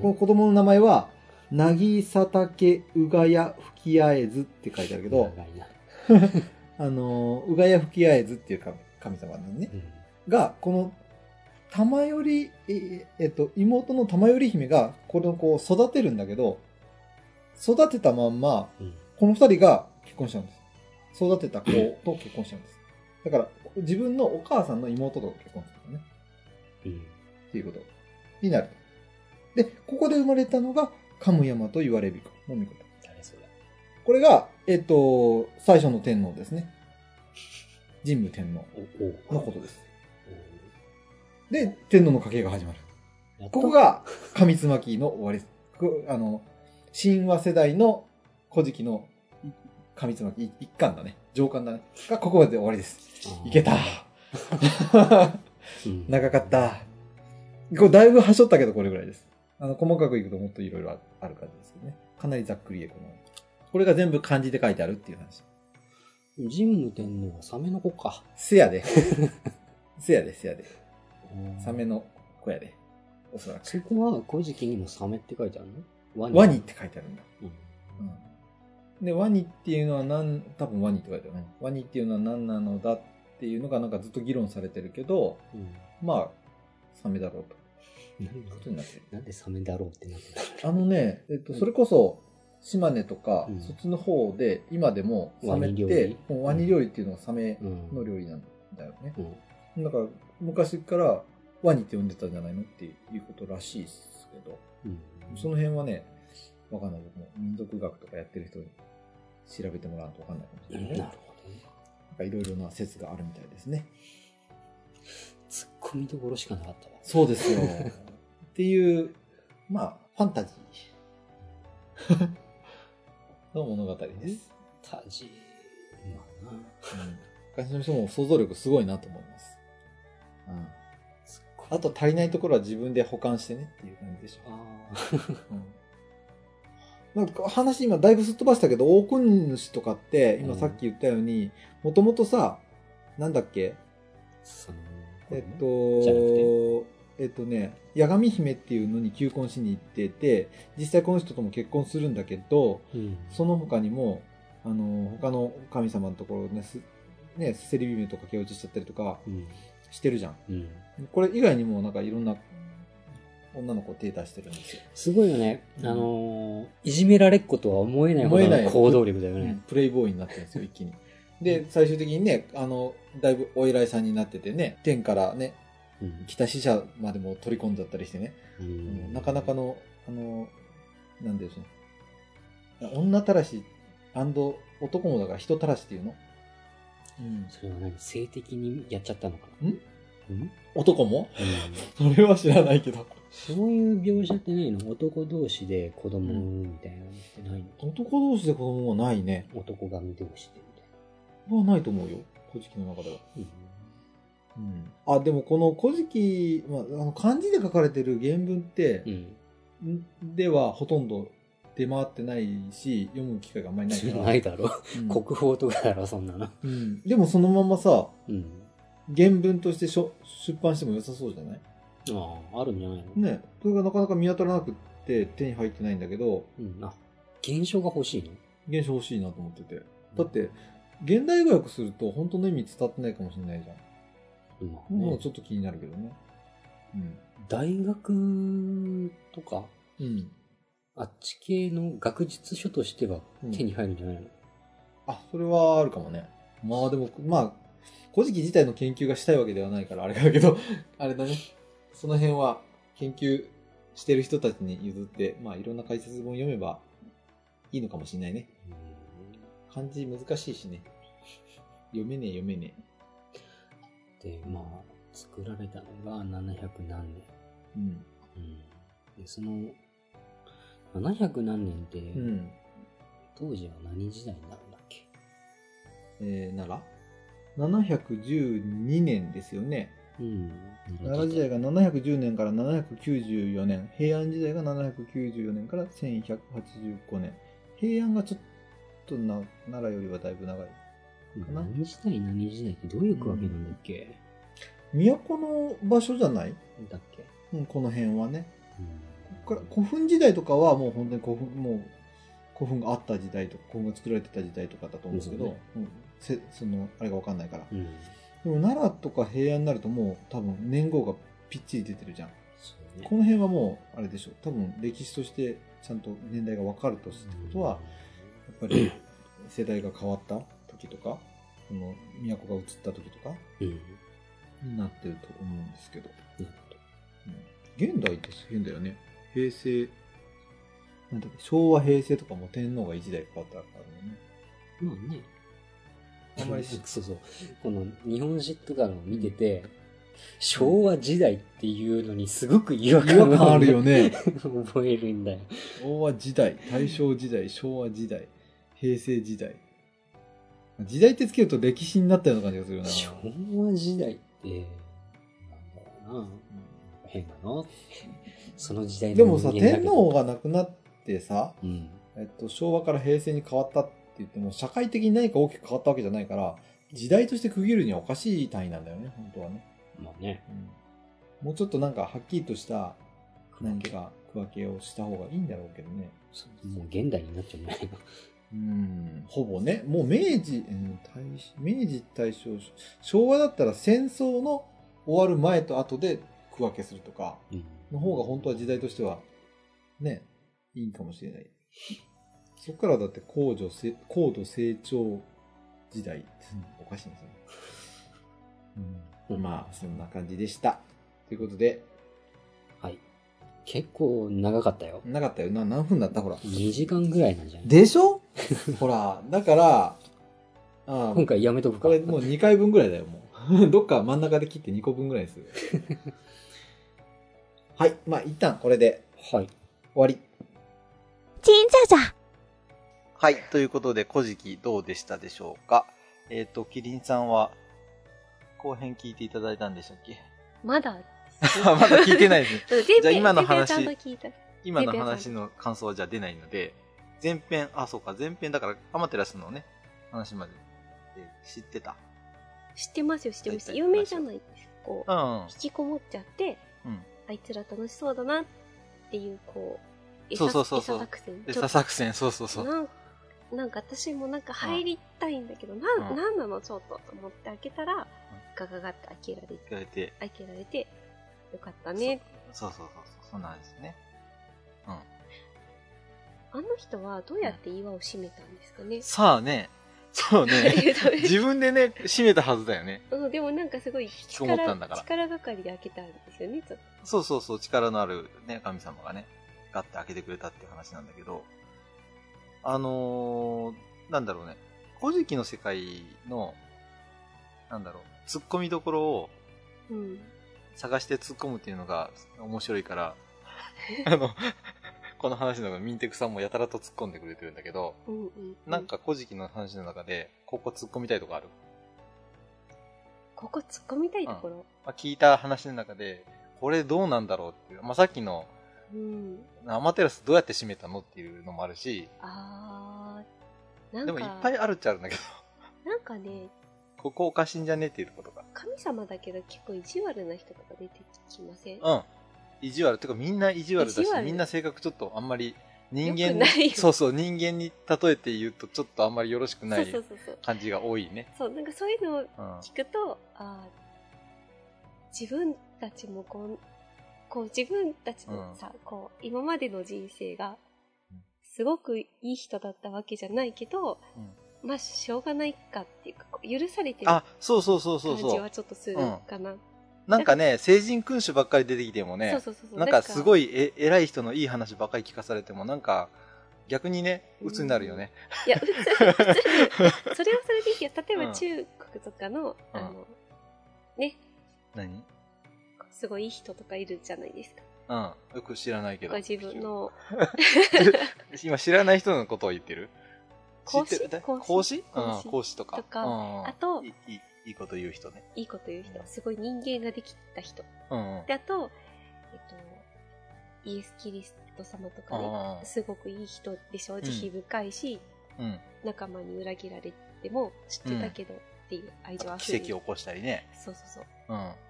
Speaker 1: この子供の名前は、なぎさたけうがやふきあえずって書いてあるけど、
Speaker 4: 長いな
Speaker 1: あのー、うがやふきあえずっていう神神様なのね。が、この、玉より、ええっと、妹の玉より姫が、これをこう育てるんだけど、育てたまんま、
Speaker 4: うんうん
Speaker 1: この二人が結婚しちゃうんです。育てた子と結婚しちゃうんです。だから、自分のお母さんの妹と結婚するのね。
Speaker 4: うん
Speaker 1: っていうことになる。で、ここで生まれたのが、カムヤマと言われびこの御事。
Speaker 4: 誰それ
Speaker 1: これが、えっと、最初の天皇ですね。神武天皇
Speaker 4: おお
Speaker 1: のことです。
Speaker 4: う
Speaker 1: で、天皇の家系が始まる。
Speaker 4: ん
Speaker 1: ここ、が、上妻紀の終わりです。こあの、神話世代の古事記のい上妻紀一巻だね。上巻だね。が、ここまでで終わりです。いけ た。
Speaker 4: うん
Speaker 1: 長かった。これだいぶ端折ったけど、これぐらいです。あの、細かくいくともっといろいろある感じですけどね。かなりざっくりで、この。これが全部漢字で書いてあるっていう話。
Speaker 4: 神武天皇はサメの子か。
Speaker 1: せやで。 せやで、せやで。サメ
Speaker 4: の。
Speaker 1: の子やで。おそらく。
Speaker 4: そこは古事記にもサメって書いてあるのワ
Speaker 1: ワニっ。て書いてあるんだ。
Speaker 4: うん
Speaker 1: うん、で、ワニっていうのはなん、多分ワニって書いてあるね。ワニっていうのは何なのだっていうのがなんかずっと議論されてるけど、
Speaker 4: うん
Speaker 1: まあ、サメだろうと。
Speaker 4: なんで
Speaker 1: ことになってる。
Speaker 4: なんでサメだろうってなってた
Speaker 1: あのね、えっと、それこそ、島根とか、
Speaker 4: うん
Speaker 1: そっちの方で、今でも、サメっ
Speaker 4: ワニ料
Speaker 1: て
Speaker 4: 理、
Speaker 1: もうワニ料理っていうのはサメ
Speaker 4: うん
Speaker 1: の料理なんだよね。
Speaker 4: うん
Speaker 1: だから、昔から、ワニって呼んでたんじゃないのっていうことらしいですけど、
Speaker 4: うん
Speaker 1: その辺はね、わかんない。僕も民族学とかやってる人に調べてもらうとわかんないかもし
Speaker 4: な
Speaker 1: れ
Speaker 4: る
Speaker 1: ない
Speaker 4: ほ
Speaker 1: ね。
Speaker 4: どね。
Speaker 1: なんかいろいろな説があるみたいですね。
Speaker 4: ツッコミどころしかなかったわ。
Speaker 1: そうですよ。 っていう、まあ、ファンタジ ーの物語です。
Speaker 4: タジまあな。
Speaker 1: 昔の人も想像力すごいなと思います。うん、
Speaker 4: ツッコミ
Speaker 1: あと足りないところは自分で補完してねっていう感じでしょ。
Speaker 4: あ
Speaker 1: うん、なんか話今だいぶすっ飛ばしたけど、大君主とかって、今
Speaker 4: うん
Speaker 1: さっき言ったように、もともとさ、なんだっけ
Speaker 4: ーその
Speaker 1: えっと、
Speaker 4: じゃなく
Speaker 1: えっとね、八神姫っていうのに求婚しに行ってて、実際この人とも結婚するんだけど、
Speaker 4: うん
Speaker 1: その他にも、あの、他の神様のところね、すね、セリビメとかけ落ちしちゃったりとか
Speaker 4: うん
Speaker 1: してるじゃん。
Speaker 4: うん
Speaker 1: これ以外にもなんかいろんな女の子を手出してるんですよ。
Speaker 4: すごいよね。
Speaker 1: う
Speaker 4: あ
Speaker 1: ん
Speaker 4: のー、いじめられっことは思えないほ
Speaker 1: 思え
Speaker 4: ど
Speaker 1: ない
Speaker 4: の行動力だよね。
Speaker 1: プレイボーイになってるんですよ、一気 に。で、最終的にね、あの、だいぶお偉いさんになっててね、天からね、
Speaker 4: うん
Speaker 1: 北死者までも取り込んじゃったりしてね、
Speaker 4: うん
Speaker 1: なかなかの、あの、なんでしょうね。女たらし男もだから人たらしっていうの、うん、
Speaker 4: それは何性的にやっちゃったのか
Speaker 1: ん
Speaker 4: な。んうん
Speaker 1: 男もそれは知らないけど。
Speaker 4: そういう描写ってないの男同士で子供を産むみたいなのってないの、
Speaker 1: 男同士で子供はないね。
Speaker 4: 男神同士で
Speaker 1: はないと思うよ。古事記の中では。
Speaker 4: み
Speaker 1: うん。あ、でもこの古事記、まあ、あの漢字で書かれてる原文って
Speaker 4: た、いな。うん。
Speaker 1: んではほとんど出回ってないし、読む機会があんまりない
Speaker 4: そ
Speaker 1: か
Speaker 4: れ
Speaker 1: ら。
Speaker 4: ないだろ。
Speaker 1: うん
Speaker 4: 国宝とかだろ、そんなの。
Speaker 1: うんでもそのままさ、
Speaker 4: うん。
Speaker 1: 原文としてしょ出版しても良さそうじゃない
Speaker 4: ああ、あるんじゃないの、
Speaker 1: ね。それがなかなか見当たらなくって手に入ってないんだけど、
Speaker 4: うん。あ、現象が欲しいの
Speaker 1: 原書欲しいなと思ってて。だっ、て、現代語訳すると本当の意味伝わってないかもしれないじゃん。
Speaker 4: うんまあ
Speaker 1: もう
Speaker 4: ね、
Speaker 1: ちょっと気になるけどね。うん。
Speaker 4: 大学とか、
Speaker 1: うん。
Speaker 4: あっち系の学術書としては手に入るんじゃないの、
Speaker 1: あ、それはあるかもね。まあでも、まあ、古事記自体の研究がしたいわけではないから、あれだけど、 あれだね。その辺は研究してる人たちに譲って、まあいろんな解説本読めばいいのかもしれないね。
Speaker 4: うん
Speaker 1: 漢字難しいしね。読めねえ読めねえ。
Speaker 4: で、まあ、作られたのが700何年。
Speaker 1: うん。
Speaker 4: うん。で、その、700何年って、
Speaker 1: うん。
Speaker 4: 当時は何時代になるんだっけ
Speaker 1: えー、なら ?712 年ですよね。
Speaker 4: うん。
Speaker 1: 奈良時代が710年から794年平安時代が794年から1185年平安がちょっとな奈良よりはだいぶ長いな
Speaker 4: 何時代何時代ってどういう区分けなんだっけ、
Speaker 1: 都の場所じゃない、
Speaker 4: だっけ、
Speaker 1: うん、この辺はね
Speaker 4: うん、
Speaker 1: こっから古墳時代とかはもう本当に古墳もう古墳があった時代とか古墳が作られてた時代とかだと思うんですけど、
Speaker 4: そうね
Speaker 1: うんせそのあれが分かんないから
Speaker 4: うん。
Speaker 1: でも奈良とか平安になるともう多分年号がぴっちり出てるじゃん
Speaker 4: そうね。
Speaker 1: この辺はもう、あれでしょう、多分歴史としてちゃんと年代が分かるとってことは、やっぱり世代が変わった時とか、その都が移った時とか
Speaker 4: うん、
Speaker 1: になってると思うんですけど、
Speaker 4: なるほど。
Speaker 1: 現代って変だよね。平成、なんだっけ、昭和、平成とかも天皇が一代変わったからね。
Speaker 4: まあね。
Speaker 1: あんまりし
Speaker 4: そうそう。この日本史とかのを見てて、昭和時代っていうのにすごく違和
Speaker 1: 違
Speaker 4: 感
Speaker 1: 和感あるよ
Speaker 4: ね。
Speaker 1: ね。
Speaker 4: 覚えるんだよ。
Speaker 1: 昭和時代、大正時代、昭和時代、平成時代。時代ってつけると歴史になったような感じがするよな。
Speaker 4: 昭和時代って、なんだろうな。変だな。その時代
Speaker 1: で
Speaker 4: の
Speaker 1: も
Speaker 4: 人
Speaker 1: さ
Speaker 4: 間だけど
Speaker 1: 天皇が亡くなってさ、
Speaker 4: うん。
Speaker 1: えっと、昭和から平成に変わったって言っても社会的に何か大きく変わったわけじゃないから時代として区切るにはおかしい単位なんだよね本当はね、
Speaker 4: まあね。
Speaker 1: もうちょっとなんかはっきりとした何
Speaker 4: も
Speaker 1: か区分けをした方がいいんだろうけどね
Speaker 4: う現代になっちゃうんだけど。
Speaker 1: うんほぼねもう明治、うん大明治大正昭和だったら戦争の終わる前と後で区分けするとか
Speaker 4: うん
Speaker 1: の方が本当は時代としてはねいいかもしれないそっからだって高度せ高度成長時代おかしいですね、
Speaker 4: うん
Speaker 1: まあそんな感じでしたということで
Speaker 4: はい。結構長かったよ。
Speaker 1: なかったよな何分だったほら
Speaker 4: 2時間ぐらいなんじゃない
Speaker 1: でし ょほらだからああ
Speaker 4: 今回やめとくか。
Speaker 1: これもう2回分ぐらいだよもう どっか真ん中で切って2個分ぐらい でするはいまあ一旦これで
Speaker 4: はい。
Speaker 1: 終わり
Speaker 5: ちんじゃじゃ。
Speaker 6: はい。ということで、古事記どうでしたでしょうかえっ、と、キリンさんは、後編聞いていただいたんでしたっけ
Speaker 2: まだ、
Speaker 6: あまだ聞いてないですね。
Speaker 2: そう全
Speaker 6: じゃあ
Speaker 2: 編、
Speaker 6: 今の
Speaker 2: 全編ちゃん
Speaker 6: 話
Speaker 2: と聞いた。
Speaker 6: 今の話の感想はじゃあ出ないので、前編、あ、そうか、前編だから、アマテラスのね、話までえ知ってた。
Speaker 2: 知ってますよ、知ってます。
Speaker 6: はい
Speaker 2: 有名じゃないですか。こう、
Speaker 6: うん。
Speaker 2: 引きこもっちゃって、
Speaker 6: うん
Speaker 2: あいつら楽しそうだなっていう、こう、
Speaker 6: そう
Speaker 2: 餌
Speaker 6: そうそうそう
Speaker 2: 餌作戦。
Speaker 6: で、
Speaker 2: ちょっ
Speaker 6: 佐作戦、そうそうそう。
Speaker 2: なんなんか私もなんか入りたいんだけど、な
Speaker 6: うん
Speaker 2: ん、なんなのちょっとと思って開けたら、ガガガって開けられて、
Speaker 6: 聞かれて、
Speaker 2: 開けられて、よかったね。
Speaker 6: そうそうそうそう、そんなんですね。
Speaker 2: あの人はどうやって岩を閉めたんですかね。
Speaker 6: さあね、そう ね、
Speaker 2: えそう
Speaker 6: 自分でね、閉めたはずだよね。
Speaker 2: うん、でもなんかすごい
Speaker 6: きこもったんだから
Speaker 2: 力力がかりで開けたんですよね、ちょっと。
Speaker 6: そうそうそう、力のあるね、神様がね、ガッて開けてくれたっていう話なんだけど、あのー
Speaker 1: なんだろうね、古事記の世界の、なんだろう、突っ込みどころを
Speaker 2: うん。
Speaker 1: 探して突っ込むっていうのが面白いから、あの、この話の中でミンテクさんもやたらと突っ込んでくれてるんだけど、
Speaker 2: うんうん。
Speaker 1: なん。か古事記の話の中で、ここ突っ込みたいとかある
Speaker 2: ここ突っ込みたいところ。
Speaker 1: まあ、聞いた話の中で、これどうなんだろうっていう、まあ、さっきの
Speaker 2: うん。
Speaker 1: アマテラスどうやって締めたのっていうのもあるし、
Speaker 2: あー。なん
Speaker 1: で
Speaker 2: か、
Speaker 1: もいっぱいあるっちゃあるんだけど、
Speaker 2: なんかね、
Speaker 1: ここおかしいんじゃねっていうことか。
Speaker 2: 神様だけど結構意地悪な人とか出てきません
Speaker 1: うん。意地悪。てかみんな意地悪だ
Speaker 2: 意
Speaker 1: し
Speaker 2: 地、悪
Speaker 1: みんな性格ちょっとあんまり人間
Speaker 2: 良くない
Speaker 1: に、 そうそう、人間に例えて言うとちょっとあんまりよろしくな
Speaker 2: そう
Speaker 1: い
Speaker 2: そうそうそう。
Speaker 1: 感じが多いね。
Speaker 2: そう、なんかそういうのを
Speaker 1: うん。
Speaker 2: 聞くと、あー自分たちもこう、こう自分たちのさ、こう、今までの人生が
Speaker 1: うん、
Speaker 2: すごくいい人だったわけじゃないけど、まあ、しょうがないかっていうか、こう許されてる
Speaker 1: あ、そうそうそうそう
Speaker 2: 感じ
Speaker 1: そう
Speaker 2: は。ちょっとするかな。
Speaker 1: なんかね、成人君主ばっかり出てきてもね、
Speaker 2: そうそうそうそう。
Speaker 1: なんかすご
Speaker 2: い。
Speaker 1: いえ偉い人のいい話ばっかり聞かされてもなんか逆にね鬱になるよね、
Speaker 2: いや、普通、普通に、それはそれでいいけど、例え
Speaker 1: うん
Speaker 2: ば中国とかの、あの、ね、
Speaker 1: 何
Speaker 2: すごいいい人とかいるじゃないですか。
Speaker 1: うんよく知らないけ
Speaker 2: と
Speaker 1: ど
Speaker 2: か自分の、
Speaker 1: 今知らない人のことを言ってる
Speaker 2: 孔子
Speaker 1: 知ってる
Speaker 2: 孔子
Speaker 1: 講師
Speaker 2: 孔子
Speaker 1: うん、講師とか
Speaker 2: とか
Speaker 1: うん
Speaker 2: あと
Speaker 1: いいいいいこと言う人ね
Speaker 2: いいこと言う人、すごい人間ができた人。
Speaker 1: うんうん
Speaker 2: で、あと、えっと、イエス・キリスト様とかね、すごくいい人でしょ、慈悲深いし、
Speaker 1: うんうん
Speaker 2: 仲間に裏切られても知ってたけどっていう愛
Speaker 1: あ
Speaker 2: 情あ
Speaker 1: と
Speaker 2: ふ
Speaker 1: 奇
Speaker 2: れ
Speaker 1: 跡
Speaker 2: る。
Speaker 1: を起こしたりね
Speaker 2: そうそうそう。
Speaker 1: うん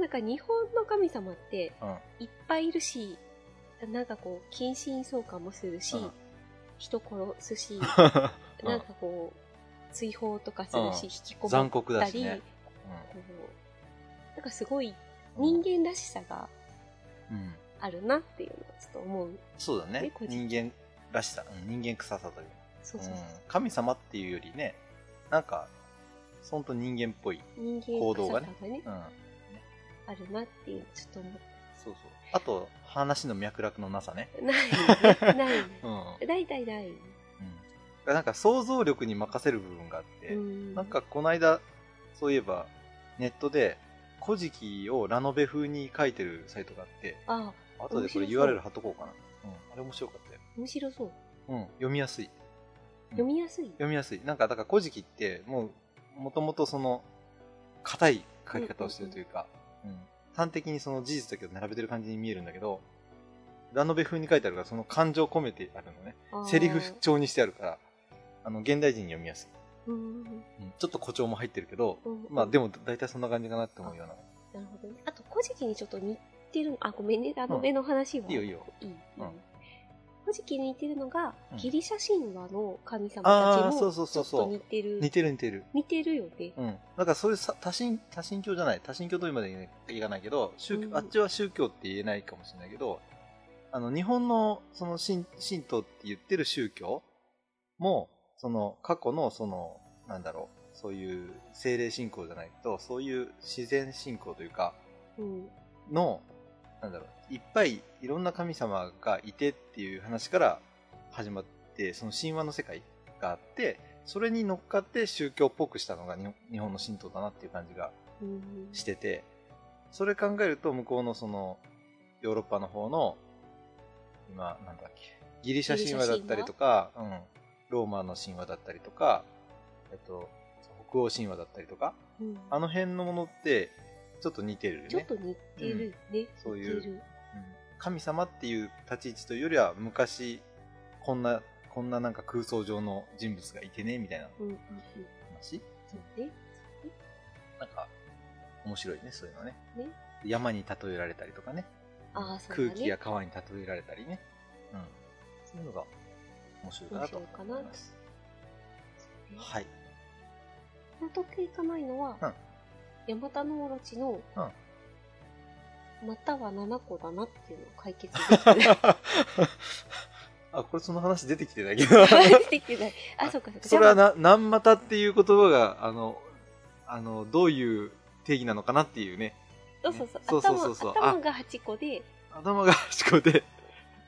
Speaker 2: なんか日本の神様って
Speaker 1: うん
Speaker 2: いっぱいいるし、なんかこう、近親相関もするし、
Speaker 1: うん
Speaker 2: 人殺すし、
Speaker 1: うん
Speaker 2: なんかこう、追放とかする
Speaker 1: うん
Speaker 2: し、引きこも
Speaker 1: 残
Speaker 2: っ
Speaker 1: 酷だ
Speaker 2: た
Speaker 1: し
Speaker 2: り、
Speaker 1: ね、
Speaker 2: こう、なんかすごい
Speaker 1: うん
Speaker 2: 人間らしさが
Speaker 1: 間、うん、
Speaker 2: あるなっていうのはちょっと思う。
Speaker 1: そうだね
Speaker 2: ね個
Speaker 1: 人間
Speaker 2: 人
Speaker 1: らしさうん人間臭さという
Speaker 2: そうそう
Speaker 1: うん神様っていうよりねなんかほんと人間っぽい、
Speaker 2: そう。人
Speaker 1: 行
Speaker 2: 間
Speaker 1: 動
Speaker 2: 臭
Speaker 1: が
Speaker 2: さ
Speaker 1: ね
Speaker 2: がね、
Speaker 1: うん、
Speaker 2: あるなっていうのちょっと思っ
Speaker 1: そうそう。あと、話の脈絡のなさね。
Speaker 2: て。ないね。ないね。
Speaker 1: うん。
Speaker 2: 大体ないね。
Speaker 1: なんか想像力に任せる部分があって、
Speaker 2: うん
Speaker 1: なんか、この間、そういえば、ネットで、古事記をラノベ風に書いてるサイトがあって、
Speaker 2: あ、
Speaker 1: 後でこれ
Speaker 2: 面白そう
Speaker 1: URL 貼っとこうかな。うん。あれ面白かったよ。
Speaker 2: 面白そう。
Speaker 1: うん。読みやすい。
Speaker 2: 読みやすい。
Speaker 1: 読みやすい。なんか、だから古事記って、もう、もともとその、硬い書き方をしてるというか、うん。端的にその事実だけど並べてる感じに見えるんだけど、ラノベ風に書いてあるから、その感情を込めてあるのね。
Speaker 2: あー
Speaker 1: セリフ調にしてあるから、あの、現代人に読みやすい。
Speaker 2: うん。
Speaker 1: ちょっと誇張も入ってるけど、
Speaker 2: うん
Speaker 1: まあでも大体そんな感じかなって思うような。
Speaker 2: なるほどね。あと、古事記にちょっと似てるの、あ、ごめんね、あ
Speaker 1: う
Speaker 2: の
Speaker 1: ん
Speaker 2: 目の話は。
Speaker 1: いいよいいよ。
Speaker 2: いい。いい
Speaker 1: うん
Speaker 2: 古事記に似てるのが
Speaker 1: うん、
Speaker 2: ギリシャ神話の神様
Speaker 1: あ
Speaker 2: た
Speaker 1: ー
Speaker 2: ち
Speaker 1: そう
Speaker 2: も、
Speaker 1: そう
Speaker 2: ち
Speaker 1: そ
Speaker 2: ょ
Speaker 1: う
Speaker 2: っ
Speaker 1: そう
Speaker 2: と似てる。
Speaker 1: 似てる似てる。
Speaker 2: 似てるよね。
Speaker 1: うん。だからそういうさ多神、多神教じゃない。多神教と今で言いかないけど、宗教、
Speaker 2: うん
Speaker 1: あっちは宗教って言えないかもしれないけど、あの、日本のその神神道って言ってる宗教も、その過去のその、なんだろう、そういう精霊信仰じゃないけど、そういう自然信仰というか、
Speaker 2: うん。
Speaker 1: の、なんだろう、いっぱいいろんな神様がいてっていう話から始まって、その神話の世界があって、それに乗っかって宗教っぽくしたのが日本日本の神道だなっていう感じが
Speaker 2: うん
Speaker 1: してて、それ考えると向こうのその、ヨーロッパの方の、今、なんだっけ、ギリシャ神話だったりとか、うん、ローマの神話だったりとか、えっと、北欧神話だったりとか、
Speaker 2: うん
Speaker 1: あの辺のものって、ちょっと似てるよね。
Speaker 2: ちょっと似てるね。
Speaker 1: そういう
Speaker 2: 似てる。
Speaker 1: 神様っていう立ち位置というよりは昔こんなこんななんか空想上の人物がいてねみたいな
Speaker 2: うんうんうん。
Speaker 1: 話
Speaker 2: そうね。
Speaker 1: なんか面白いねそういうのね
Speaker 2: ね
Speaker 1: 山に例えられたりとかね
Speaker 2: あーそうだ
Speaker 1: 空
Speaker 2: ね
Speaker 1: 気や川に例えられたりね、うん、そういうのが面白いかなと
Speaker 2: 面白いかな
Speaker 1: 思います
Speaker 2: ね
Speaker 1: はい
Speaker 2: 納得いかないのは、
Speaker 1: うん
Speaker 2: ヤマタノオロチの、または7個だなっていうのを解決でき てない
Speaker 1: あこれその話出てきてないけど
Speaker 2: できてない。あ、そうかそうか。
Speaker 1: それはな何股っていう言葉があのあのどういう定義なのかなっていうね
Speaker 2: そうそうそう。
Speaker 1: そうそうそうそう
Speaker 2: 頭頭が8個で、
Speaker 1: 頭が8個 で、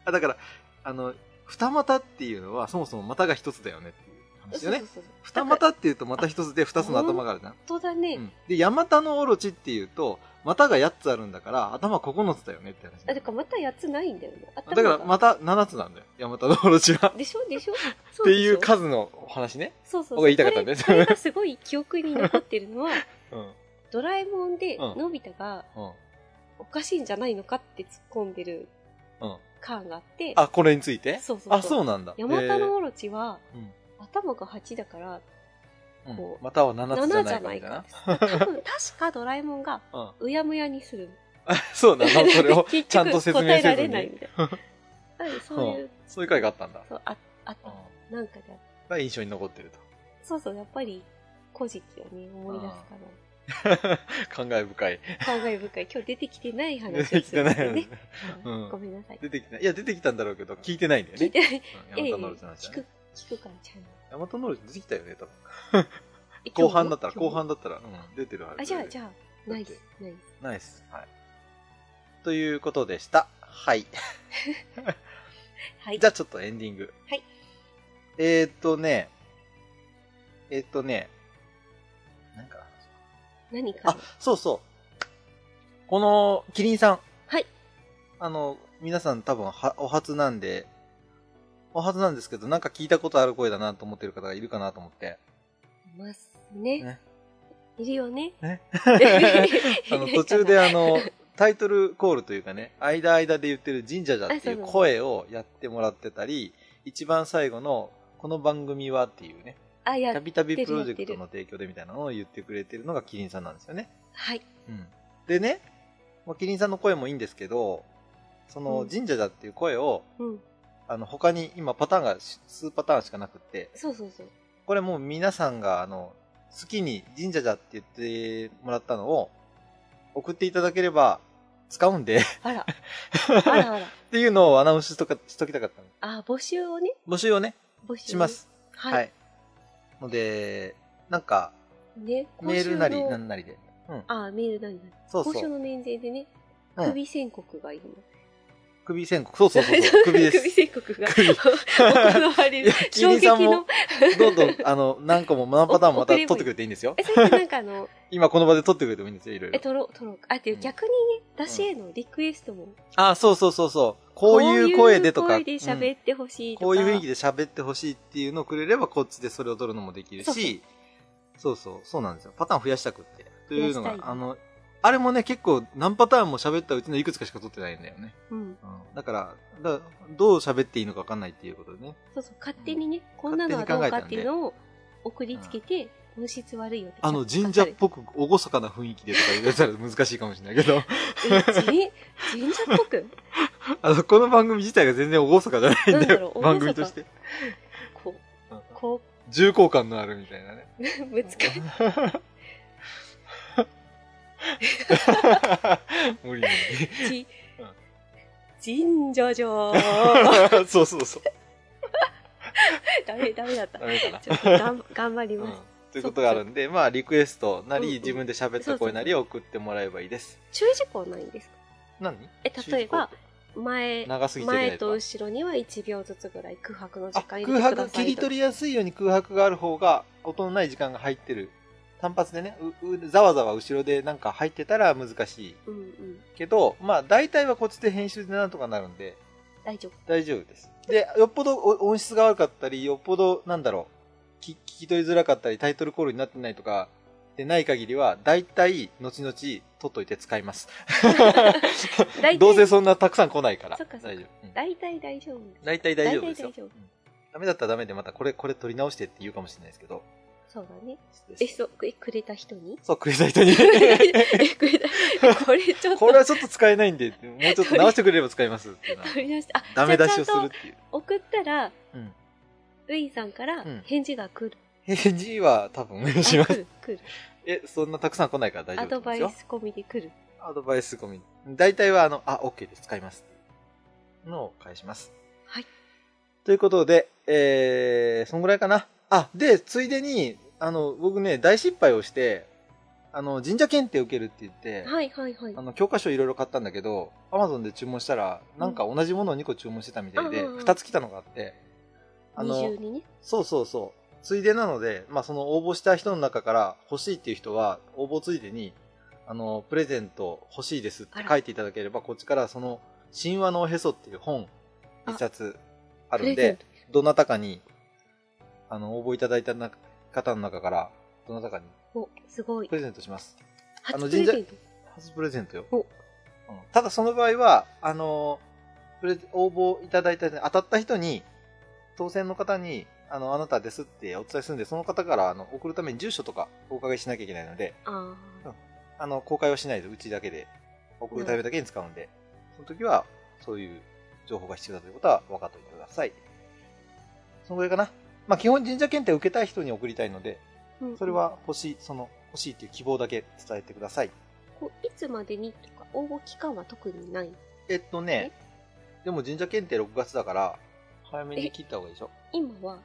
Speaker 1: あ、だから、あの、二股っていうのはそもそも股が一つだよねっていうなんですよね
Speaker 2: そう。そうそう
Speaker 1: 二股っていうとまた一つで二つの頭があるじゃん。
Speaker 2: 本当だね。
Speaker 1: うんで、ヤマタのオロチっていうと、股が8つあるんだから、頭9つだよねって話。
Speaker 2: あ、だからまたやつないんだよね。あ
Speaker 1: だから、また7つなんだよ。ヤマタのオロチ は。
Speaker 2: でしょでしょ っ
Speaker 1: っていう数のお話ね。
Speaker 2: そうそうそう
Speaker 1: 僕が言いたかったんで
Speaker 2: あれあれがすごい記憶に残ってるのは、
Speaker 1: うん。うん。
Speaker 2: ドラえもんで、
Speaker 1: うん
Speaker 2: のび太がおかしいんじゃないのかって突っ込んでる
Speaker 1: うん
Speaker 2: 感があって、
Speaker 1: あ、これについて
Speaker 2: そうそうそう
Speaker 1: あ、そうなんだ。
Speaker 2: ヤマタ
Speaker 1: えー
Speaker 2: のオロチは、
Speaker 1: うん
Speaker 2: 頭が8だから
Speaker 1: うん
Speaker 2: こう
Speaker 1: または7つじゃ
Speaker 2: 7じ
Speaker 1: な
Speaker 2: ゃ
Speaker 1: いか
Speaker 2: な
Speaker 1: み
Speaker 2: い
Speaker 1: たいな
Speaker 2: かです。多分、確かドラえもんが
Speaker 1: うん。
Speaker 2: うやむやにするの。
Speaker 1: そうなのそれを
Speaker 2: 結局
Speaker 1: ちゃんと説明
Speaker 2: 答えら
Speaker 1: せず
Speaker 2: れない
Speaker 1: に。
Speaker 2: みたい な。なんでそういうう、
Speaker 1: そういう回があったんだ。
Speaker 2: そうああっ
Speaker 1: うん
Speaker 2: た。なんかであっ
Speaker 1: が印象に残ってると。
Speaker 2: たそうそう、やっぱり、古事記をね、思い出すから。
Speaker 1: 感慨深い。
Speaker 2: 感慨深い。今日出てきてない話
Speaker 1: 出
Speaker 2: をす
Speaker 1: て
Speaker 2: るん
Speaker 1: きて ない
Speaker 2: ですね。
Speaker 1: うん
Speaker 2: うんごめんなさい。
Speaker 1: 出てきてない。いや、出てきたんだろうけど、聞いてないんだよね。
Speaker 2: 聞いてない。
Speaker 1: うん
Speaker 2: ええ
Speaker 1: ヤマタノルチの話
Speaker 2: 聞
Speaker 1: は
Speaker 2: く
Speaker 1: ね。、
Speaker 2: 聞くからちゃんと
Speaker 1: ヤマタノルチ出てきたよね、多分。
Speaker 2: え。
Speaker 1: 後半だったら、
Speaker 2: 今日
Speaker 1: 後半だったら、うん、出てるはず。
Speaker 2: あ、じゃあ、じゃあ、ナイス
Speaker 1: だっ、
Speaker 2: ナイス。
Speaker 1: ナイス。はい。ということでした。はい。
Speaker 2: はい。
Speaker 1: じゃあちょっとエンディング。
Speaker 2: はい。
Speaker 1: えー、っとね、えー、っとね、なんかな
Speaker 2: 何か
Speaker 1: あ、そうそう。この、キリンさん。
Speaker 2: はい。
Speaker 1: あの、皆さん多分は、お初なんで、お初なんですけど、なんか聞いたことある声だなと思ってる方がいるかなと思って。
Speaker 2: いますね
Speaker 1: ね。
Speaker 2: いるよね。
Speaker 1: ね。
Speaker 2: あ
Speaker 1: あの、途中であの、タイトルコールというかね、間間で言ってる神社じゃっていう声をやってもらってたり、一番最後の、この番組はっていうね、
Speaker 2: あ、や
Speaker 1: た、びたびプロジェクトの提供でみたいなのを言ってくれてるのがキリンさんなんですよね。
Speaker 2: はい。
Speaker 1: うん、でね、まあ、キリンさんの声もいいんですけど、その
Speaker 2: うん
Speaker 1: 神社だっていう声を、
Speaker 2: うん。
Speaker 1: あの、他に今パターンがし数パターンしかなくって、
Speaker 2: そうそうそう。
Speaker 1: これもう皆さんがあの、好きに神社だって言ってもらったのを送っていただければ使うんで っ
Speaker 2: あら、あらあら。
Speaker 1: ていうのをアナウンスとかしときたかったの。
Speaker 2: あ、募集をね、
Speaker 1: 募集をね、
Speaker 2: 募集。
Speaker 1: しま。す。はい。
Speaker 2: はい。
Speaker 1: ので、なんか、
Speaker 2: ね、
Speaker 1: メールなり
Speaker 2: 今週の
Speaker 1: なんなりで。うん。
Speaker 2: あ、メールなりなり。
Speaker 1: そう
Speaker 2: 今
Speaker 1: そ
Speaker 2: 週
Speaker 1: う。
Speaker 2: の免税でね、
Speaker 1: うん
Speaker 2: 首宣告がいるの。
Speaker 1: 首宣告。そうそうそうそう。 首です。
Speaker 2: 首宣告が
Speaker 1: 首
Speaker 2: 行われ
Speaker 1: いや
Speaker 2: る。
Speaker 1: キリ
Speaker 2: 衝
Speaker 1: ンさん
Speaker 2: 撃
Speaker 1: も
Speaker 2: の。
Speaker 1: どんどん、あの、何個も何パターンもまた取
Speaker 2: お送ればいい
Speaker 1: ってくれていいんですよ
Speaker 2: え、。それってなんかあの、
Speaker 1: 今この場で取ってくれてもいいんですよ、いろい
Speaker 2: え、
Speaker 1: ろ。
Speaker 2: 撮ろう、撮ろう。あ、っていう
Speaker 1: うん
Speaker 2: 逆にね、私へのリクエストも。
Speaker 1: あ、そうそうそうそう。こういう声でとか。
Speaker 2: こういう声で
Speaker 1: うん
Speaker 2: 喋ってほしいとか。
Speaker 1: こういう雰囲気で喋ってほしいっていうのをくれれば、こっちでそれを取るのもできる
Speaker 2: そうそ
Speaker 1: し、そうそう、そうなんですよ。パターン増やしたくって。というの
Speaker 2: 増
Speaker 1: が
Speaker 2: やし、たい
Speaker 1: あの、あれもね、結構何パターンも喋ったうちのいくつかしか取ってないんだよね。
Speaker 2: うん。
Speaker 1: うん、だから、だどう喋っていいのか分かんないっていうことでね。
Speaker 2: そうそう、勝手にね、こんなのはどうかっていうのを送りつけて、音質悪いよって。
Speaker 1: あの、神社っぽく厳かな雰囲気でとか言われたら難しいかもしれないけど、
Speaker 2: え神神社っ ぽく
Speaker 1: あの、この番組自体が全然厳かじゃないん
Speaker 2: なん
Speaker 1: だ
Speaker 2: だろ
Speaker 1: よ。
Speaker 2: う
Speaker 1: 番組として。
Speaker 2: こう、
Speaker 1: うん
Speaker 2: こ
Speaker 1: 重厚感のあるみたいなね。
Speaker 2: う、ぶつかる。
Speaker 1: 無理無理。
Speaker 2: じ神社じゃーん。
Speaker 1: そうそうそう。
Speaker 2: ダメ、ダメ だった
Speaker 1: ダ。メか な。
Speaker 2: ちょっとがん頑張り
Speaker 1: う
Speaker 2: ま
Speaker 1: ん
Speaker 2: す。
Speaker 1: ということがあるんで、まあ、リクエストな
Speaker 2: うんう
Speaker 1: り、
Speaker 2: ん
Speaker 1: 自分で喋った声なりを送ってもらえばいいです。
Speaker 2: 注意事項ないんですか
Speaker 1: 何
Speaker 2: え例えば、前、
Speaker 1: 長すぎていけない
Speaker 2: 前
Speaker 1: とか。
Speaker 2: と後ろには1秒ずつぐらい空白の時
Speaker 1: あ
Speaker 2: 間入れ
Speaker 1: 空
Speaker 2: てくだ
Speaker 1: 白、
Speaker 2: さ
Speaker 1: 切
Speaker 2: い
Speaker 1: り
Speaker 2: とか
Speaker 1: 取りやすいように空白がある方が、音のない時間が入ってる。単発でね、ううざわざわ後ろでなんか入ってたら難しい
Speaker 2: うんうん
Speaker 1: けど、まあ、大体はこっちで編集でなんとかなるんで、
Speaker 2: 大丈夫
Speaker 1: 大丈夫です。で、よっぽどお音質が悪かったり、よっぽど、なんだろう、き聞き取りづらかったり、タイトルコールになってないとか、でない限りは、大体、後々、取っといて使います。
Speaker 2: 大体
Speaker 1: どうせそんなたくさん来ないから。
Speaker 2: そっかそっか
Speaker 1: 大丈夫。うん
Speaker 2: 大体大丈夫
Speaker 1: 大体大丈夫ですよ
Speaker 2: 大体大丈夫。
Speaker 1: うんダメだったらダメで、またこれ、これ取り直してって言うかもしれないですけど。
Speaker 2: そうだね
Speaker 1: で
Speaker 2: え
Speaker 1: す
Speaker 2: そうくくれた人 に
Speaker 1: そう、くれた人 に。
Speaker 2: えく れたこれちょっと
Speaker 1: これはちょっと使えないんで、もうちょっと直してくれれば使いますって いうのは
Speaker 2: 取り出してあ
Speaker 1: ダメ出しを
Speaker 2: じ
Speaker 1: す
Speaker 2: ゃあ
Speaker 1: るっ
Speaker 2: ちゃんと
Speaker 1: ていう。
Speaker 2: 送ったら
Speaker 1: うん
Speaker 2: ウィンさんから
Speaker 1: うん
Speaker 2: 返事が来る、
Speaker 1: 返事は多分
Speaker 2: あ
Speaker 1: しま
Speaker 2: 来
Speaker 1: す。
Speaker 2: る来る
Speaker 1: え、そんなたくさん来ないから大丈
Speaker 2: ア
Speaker 1: 夫だと
Speaker 2: ド
Speaker 1: 思
Speaker 2: バ
Speaker 1: いま
Speaker 2: イ
Speaker 1: すよ。
Speaker 2: ス込みで来る
Speaker 1: アドバイス込み。大体は、あの、あ、OK です。使います。のを返します。
Speaker 2: はい。
Speaker 1: ということで、えー、そんぐらいかな。あ、で、ついでに、あの、僕ね、大失敗をして、あの、神社検定受けるって言って、
Speaker 2: はいはいはい
Speaker 1: あの、教科書いろいろ買ったんだけど、アマゾンで注文したら、なんか同じものを2個注文してたみたいで、
Speaker 2: うん
Speaker 1: 2つ来たのがあって、あ
Speaker 2: 二
Speaker 1: の
Speaker 2: 重、にね
Speaker 1: そうそうそう。ついでなので、まあ、その応募した人の中から欲しいっていう人は、応募ついでに、あの、プレゼント欲しいですって書いていただければ、こっちからその、神話のおへそっていう本、
Speaker 2: あ
Speaker 1: 一冊あるん
Speaker 2: プレゼン
Speaker 1: で、どなたかに、あの、応募いただいたな方の中から、どなたかに
Speaker 2: お、すごい
Speaker 1: プ。レゼントします。あの
Speaker 2: 初プレゼント。
Speaker 1: 初プレゼントよ。
Speaker 2: お
Speaker 1: うんただその場合は、あのープレ応募いただいた、当たった人に、当選の方に、あの、あなたですってお伝えするんで、その方からあの送るために住所とかお伺いしなきゃいけないので、
Speaker 2: ああ。
Speaker 1: あの、公開はしないで、うちだけで、送るためだけに使うんで、その時は、そういう情報が必要だということは分かっておいてください。そのぐらいかな。まあ、基本神社検定を受けたい人に送りたいので、
Speaker 2: うん
Speaker 1: それ。は欲しい、その、欲しいっていう希望だけ伝えてください。
Speaker 2: こういつまでにとか、応募期間は特にない。
Speaker 1: えっとね、でも神社検定6月だから、早めに切った方がいいでしょ
Speaker 2: 今は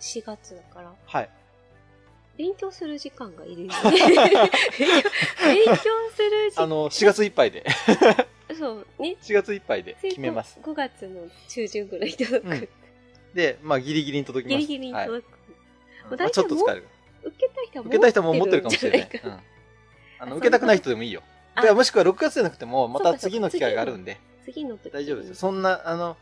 Speaker 2: 4月だから、
Speaker 1: はい。
Speaker 2: 勉強する時間がいるよね。勉強勉強する時
Speaker 1: あの、4月いっぱいで、
Speaker 2: そうね。
Speaker 1: 4月いっぱいで決めます。
Speaker 2: 5月の中旬ぐらいに届く。
Speaker 1: うんで、まあ、ギリギリに届き
Speaker 2: ギ
Speaker 1: ます。
Speaker 2: リギリに
Speaker 1: はい
Speaker 2: 届く。
Speaker 1: うんまあ
Speaker 2: 大体
Speaker 1: ちょっと使える。
Speaker 2: 受けた人は
Speaker 1: 受けた人も持ってるかもしれない。
Speaker 2: 持ってるんじゃ
Speaker 1: うん
Speaker 2: か
Speaker 1: あの受けたくない人でもいいよ。
Speaker 2: あ
Speaker 1: だからもしくは6月じゃなくても、ま
Speaker 2: そう
Speaker 1: た
Speaker 2: かそうか
Speaker 1: 次の機会があるんで、
Speaker 2: 次の時
Speaker 1: 大丈夫ですよ。
Speaker 2: よ。
Speaker 1: そんな、あの、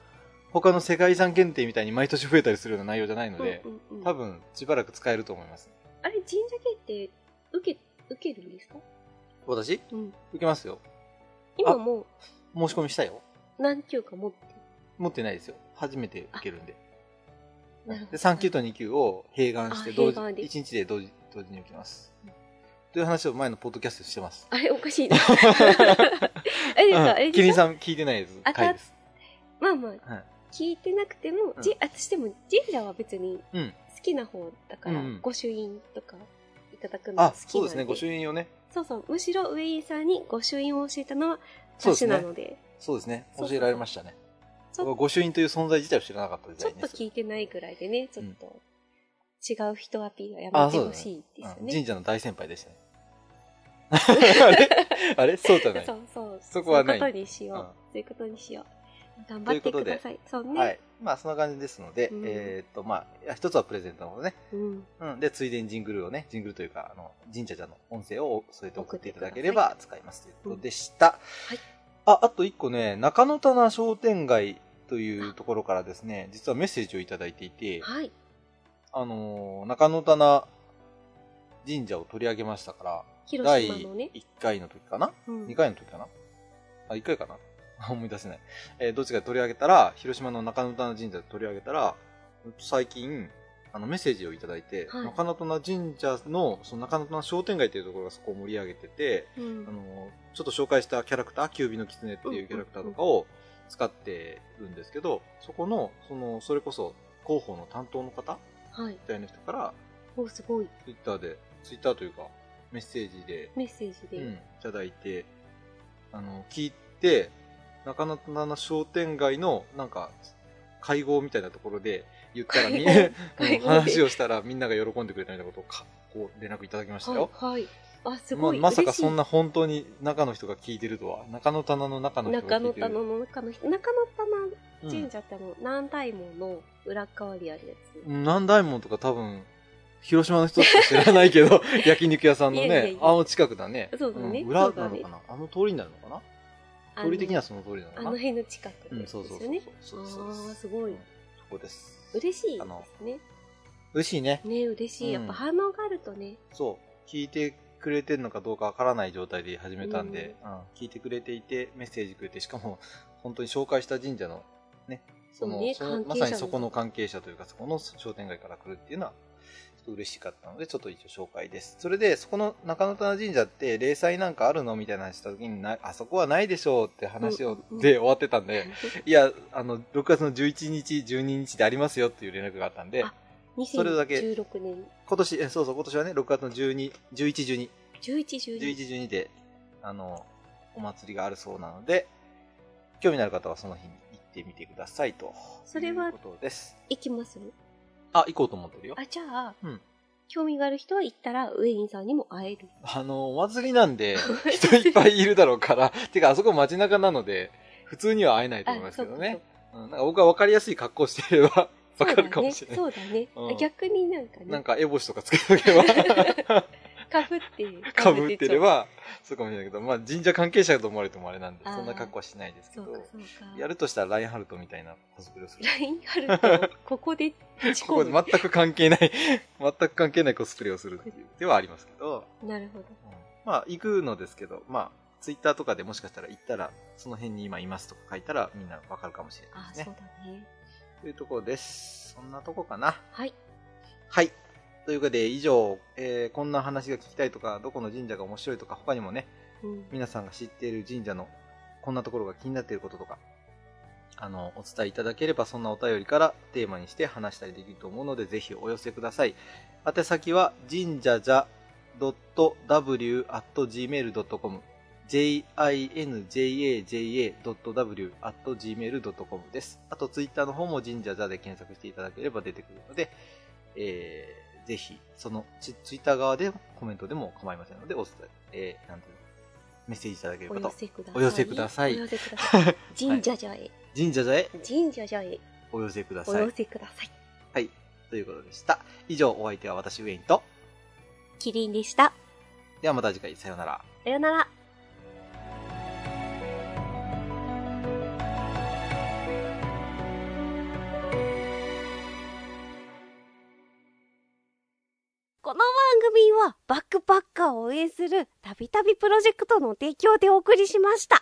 Speaker 1: 他の世界遺産検定みたいに毎年増えたりするような内容じゃないので
Speaker 2: う、んうんうん
Speaker 1: 多分、しばらく使えると思います。
Speaker 2: あれ、神社系って受け、受けるんですか
Speaker 1: 私
Speaker 2: うん。
Speaker 1: 受けますよ。
Speaker 2: 今も
Speaker 1: 申し込みしたよ。
Speaker 2: う何級か持って
Speaker 1: 持ってないですよ。初めて受けるんで。
Speaker 2: る。なるほ
Speaker 1: で
Speaker 2: ど。
Speaker 1: 3級と2級を併願して
Speaker 2: あ
Speaker 1: 同時
Speaker 2: 併願で
Speaker 1: 1日で同時同時に受けます、という話を前のポッドキャストでしてます
Speaker 2: あれ、おかし いな。あれですか、あ
Speaker 1: う
Speaker 2: れ
Speaker 1: んキリ
Speaker 2: で
Speaker 1: ン
Speaker 2: すか
Speaker 1: さん聞いてないです
Speaker 2: 当たっ
Speaker 1: 回です、
Speaker 2: まあまあ、
Speaker 1: はい、
Speaker 2: 聞いてなくても、
Speaker 1: うん
Speaker 2: じ私でも神社は別に
Speaker 1: う
Speaker 2: 好
Speaker 1: ん
Speaker 2: きな方だから、
Speaker 1: うんうん
Speaker 2: 御朱印とかいただくのが
Speaker 1: あ
Speaker 2: 好きなんで
Speaker 1: そうですね御朱印をね
Speaker 2: そうそうむしろ上井さんに御朱印を教えたのは
Speaker 1: そうです
Speaker 2: 私
Speaker 1: ね
Speaker 2: なので
Speaker 1: そうですね
Speaker 2: そ
Speaker 1: 教
Speaker 2: うそう
Speaker 1: えられましたね
Speaker 2: ちょ
Speaker 1: 御朱印という存在自体を知らなかった時
Speaker 2: ちょ
Speaker 1: 代
Speaker 2: っ
Speaker 1: に
Speaker 2: と聞いてないぐらいでねちょっと違う人アピールはや
Speaker 1: あ
Speaker 2: めて
Speaker 1: そうだね
Speaker 2: ほしいですよ
Speaker 1: うん
Speaker 2: ね
Speaker 1: 神社の大先輩でした ねあれあれそうじゃない
Speaker 2: そうそう
Speaker 1: そこは
Speaker 2: そ
Speaker 1: な
Speaker 2: う
Speaker 1: い
Speaker 2: いうことにしよう、
Speaker 1: うん
Speaker 2: そういうことにしよう頑張ってくださいそうね、
Speaker 1: はいまあそんな感じですので、
Speaker 2: うん
Speaker 1: えーっとまあ一つはプレゼントのことね
Speaker 2: うん、
Speaker 1: うん、で、ついでにジングルをね、ジングルというか、あの、神社ちゃんの音声を添えて送っていただければ使いますということでした。
Speaker 2: はい
Speaker 1: あ、あと一個ね、中野棚商店街というところからですね、実はメッセージをいただいていて、
Speaker 2: はい
Speaker 1: あのー中野棚神社を取り上げましたから、
Speaker 2: 広
Speaker 1: 第
Speaker 2: 島のね
Speaker 1: 1、回の時かな
Speaker 2: うん
Speaker 1: 2回の時かなあ、1回かな 思い出せない。えーどっちかで取り上げたら、広島の中野棚神社で取り上げたら、最近、あのメッセージをいただいて、
Speaker 2: はい
Speaker 1: 中野棚神社の、その中野棚商店街というところがそこを盛り上げてて、
Speaker 2: う
Speaker 1: あ
Speaker 2: ん、
Speaker 1: の、ちょっと紹介したキャラクター、キュービの狐っていうキャラクターとかを使ってるんですけど、そこの、その、それこそ広報の担当の方
Speaker 2: はい
Speaker 1: みたいな人から、
Speaker 2: おすごい
Speaker 1: ツイッターで、ツイッターというか、メッセージで
Speaker 2: メッセージで、
Speaker 1: うん、いただいて、あの、聞いて、中野棚商店街の、なんか、会合みたいなところで言ったらみ、
Speaker 2: 会
Speaker 1: うん
Speaker 2: 会合で
Speaker 1: 話をしたらみんなが喜んでくれたみたいなことをか、こう連絡いただきましたよ。
Speaker 2: はい、はい。あ、すごい。
Speaker 1: ままさかそん
Speaker 2: な。
Speaker 1: な本当に中の人が聞いてるとは、中野棚の中の人
Speaker 2: 中
Speaker 1: が聞い
Speaker 2: 野
Speaker 1: てる。
Speaker 2: 棚の中の人、中野
Speaker 1: う
Speaker 2: 棚神社ってあの、南大門の裏側にあるやつ。
Speaker 1: ん、南大門とか多分、広島の人しか知らないけ ど、焼肉屋さんの
Speaker 2: いやいやい
Speaker 1: ね
Speaker 2: や、
Speaker 1: あの近くだね。
Speaker 2: そうだね
Speaker 1: ん裏
Speaker 2: そう
Speaker 1: な
Speaker 2: だ
Speaker 1: の
Speaker 2: ね
Speaker 1: かなあの通りになるのか
Speaker 2: あ
Speaker 1: な通
Speaker 2: の
Speaker 1: り的にはその通りなの
Speaker 2: あ
Speaker 1: かな
Speaker 2: の辺の近く
Speaker 1: うん、
Speaker 2: です
Speaker 1: そ
Speaker 2: よ
Speaker 1: うそうそう
Speaker 2: ね。
Speaker 1: そうそうそう
Speaker 2: あーすごい
Speaker 1: うんそこです。
Speaker 2: 嬉しい
Speaker 1: あ
Speaker 2: で
Speaker 1: の
Speaker 2: すね。
Speaker 1: 嬉しいね。
Speaker 2: ね、嬉しい。やっ
Speaker 1: うん
Speaker 2: ぱ反応があるとね、
Speaker 1: そう。聞いてくれてるのかどうかわからない状態で始めたんで、うん聞いてくれていて、メッセージくれて、しかも、本当に紹介した神社の、ね、その、
Speaker 2: そうね
Speaker 1: その
Speaker 2: 関係者の
Speaker 1: まさにそこの関係者というか、そこの商店街から来るっていうのは、ちょっと嬉しかったので、ちょっと一応紹介です。それで、そこの中野棚神社って、霊祭なんかあるのみたいな話した時にな、あそこはないでしょうって話を、
Speaker 2: うん
Speaker 1: で終わってたんで、 いや、あの、6月の11日、12日でありますよっていう連絡があったんで、
Speaker 2: あ2016
Speaker 1: それだけ
Speaker 2: 年、
Speaker 1: 今年、えそうそう、今年はね、6月の12、11、12、
Speaker 2: 11、
Speaker 1: 11、
Speaker 2: 12。
Speaker 1: 12で、あの、お祭りがあるそうなので、興味のある方はその日に行ってみてくださいと。
Speaker 2: それは
Speaker 1: いうことです。
Speaker 2: 行きます
Speaker 1: あ、行こうと思ってるよ。
Speaker 2: あ、じゃあ
Speaker 1: うん、
Speaker 2: 興味がある人は行ったら、上院さんにも会える。
Speaker 1: あの、お祭りなん で、人いっぱいいるだろうから、てか、あそこ街中なので、普通には会えないと思いますけどね。
Speaker 2: あ
Speaker 1: うん、なんか僕は分かりやすい格好していれば、
Speaker 2: そ
Speaker 1: わ
Speaker 2: う
Speaker 1: かるかもしれない。
Speaker 2: そうだね。そうだね
Speaker 1: うん
Speaker 2: 逆になんかね、
Speaker 1: なんか、エボシとかつけとけば、
Speaker 2: かぶって、
Speaker 1: かぶってれ
Speaker 2: ちゃ
Speaker 1: ば、そうかもしれないけど、まあ、神社関係者と思われてもあれなんで、
Speaker 2: あー
Speaker 1: そんな格好はしないですけ
Speaker 2: う。そう
Speaker 1: ど
Speaker 2: か、、そうか。
Speaker 1: やるとしたらラインハルトみたいなコスプレをする。
Speaker 2: ラ インハルト、ここで打ち
Speaker 1: ここ
Speaker 2: 込
Speaker 1: で
Speaker 2: む。
Speaker 1: 全く関係ない、全く関係ないコスプレをするっていうではありますけど、
Speaker 2: なるほど。
Speaker 1: まあ、行くのですけど、まあ、ツイッターとかでもしかしたら行ったら、その辺に今いますとか書いたら、みんなわかるかもしれな
Speaker 2: あ
Speaker 1: い、です
Speaker 2: そう
Speaker 1: ね。
Speaker 2: だね。
Speaker 1: というところです。そんなとこかな。
Speaker 2: はい。
Speaker 1: はい。ということで、以上、えーこんな話が聞きたいとか、どこの神社が面白いとか、他にもね、
Speaker 2: うん。
Speaker 1: 皆さんが知っている神社のこんなところが気になっていることとか、あの、お伝えいただければ、そんなお便りからテーマにして話したりできると思うので、ぜひお寄せください。宛先は、神社じゃ .w.gmail.com jinjaja.w.gmail.com です。あと、ツイッターの方も神社じゃで検索していただければ出てくるので、えーぜひ、そのツツイッター側でコメントでも構いませんので、お伝え、えーなんていうのメッセージいただけれ
Speaker 2: お
Speaker 1: ば
Speaker 2: 寄
Speaker 1: と。
Speaker 2: せくださ
Speaker 1: お
Speaker 2: い。
Speaker 1: 寄せください
Speaker 2: お寄せください神社じゃえ。
Speaker 1: 神社じゃへ
Speaker 2: 神社じゃえ。
Speaker 1: お寄せくだ
Speaker 2: お
Speaker 1: さい
Speaker 2: 寄。せください。
Speaker 1: はい。ということでした。以上、お相手は私、ウェインと。
Speaker 2: キリンでした。
Speaker 1: ではまた次回、さようなら。
Speaker 2: さよなら。
Speaker 7: この番組はバックパッカーを応援するたびたびプロジェクトの提供でお送りしました。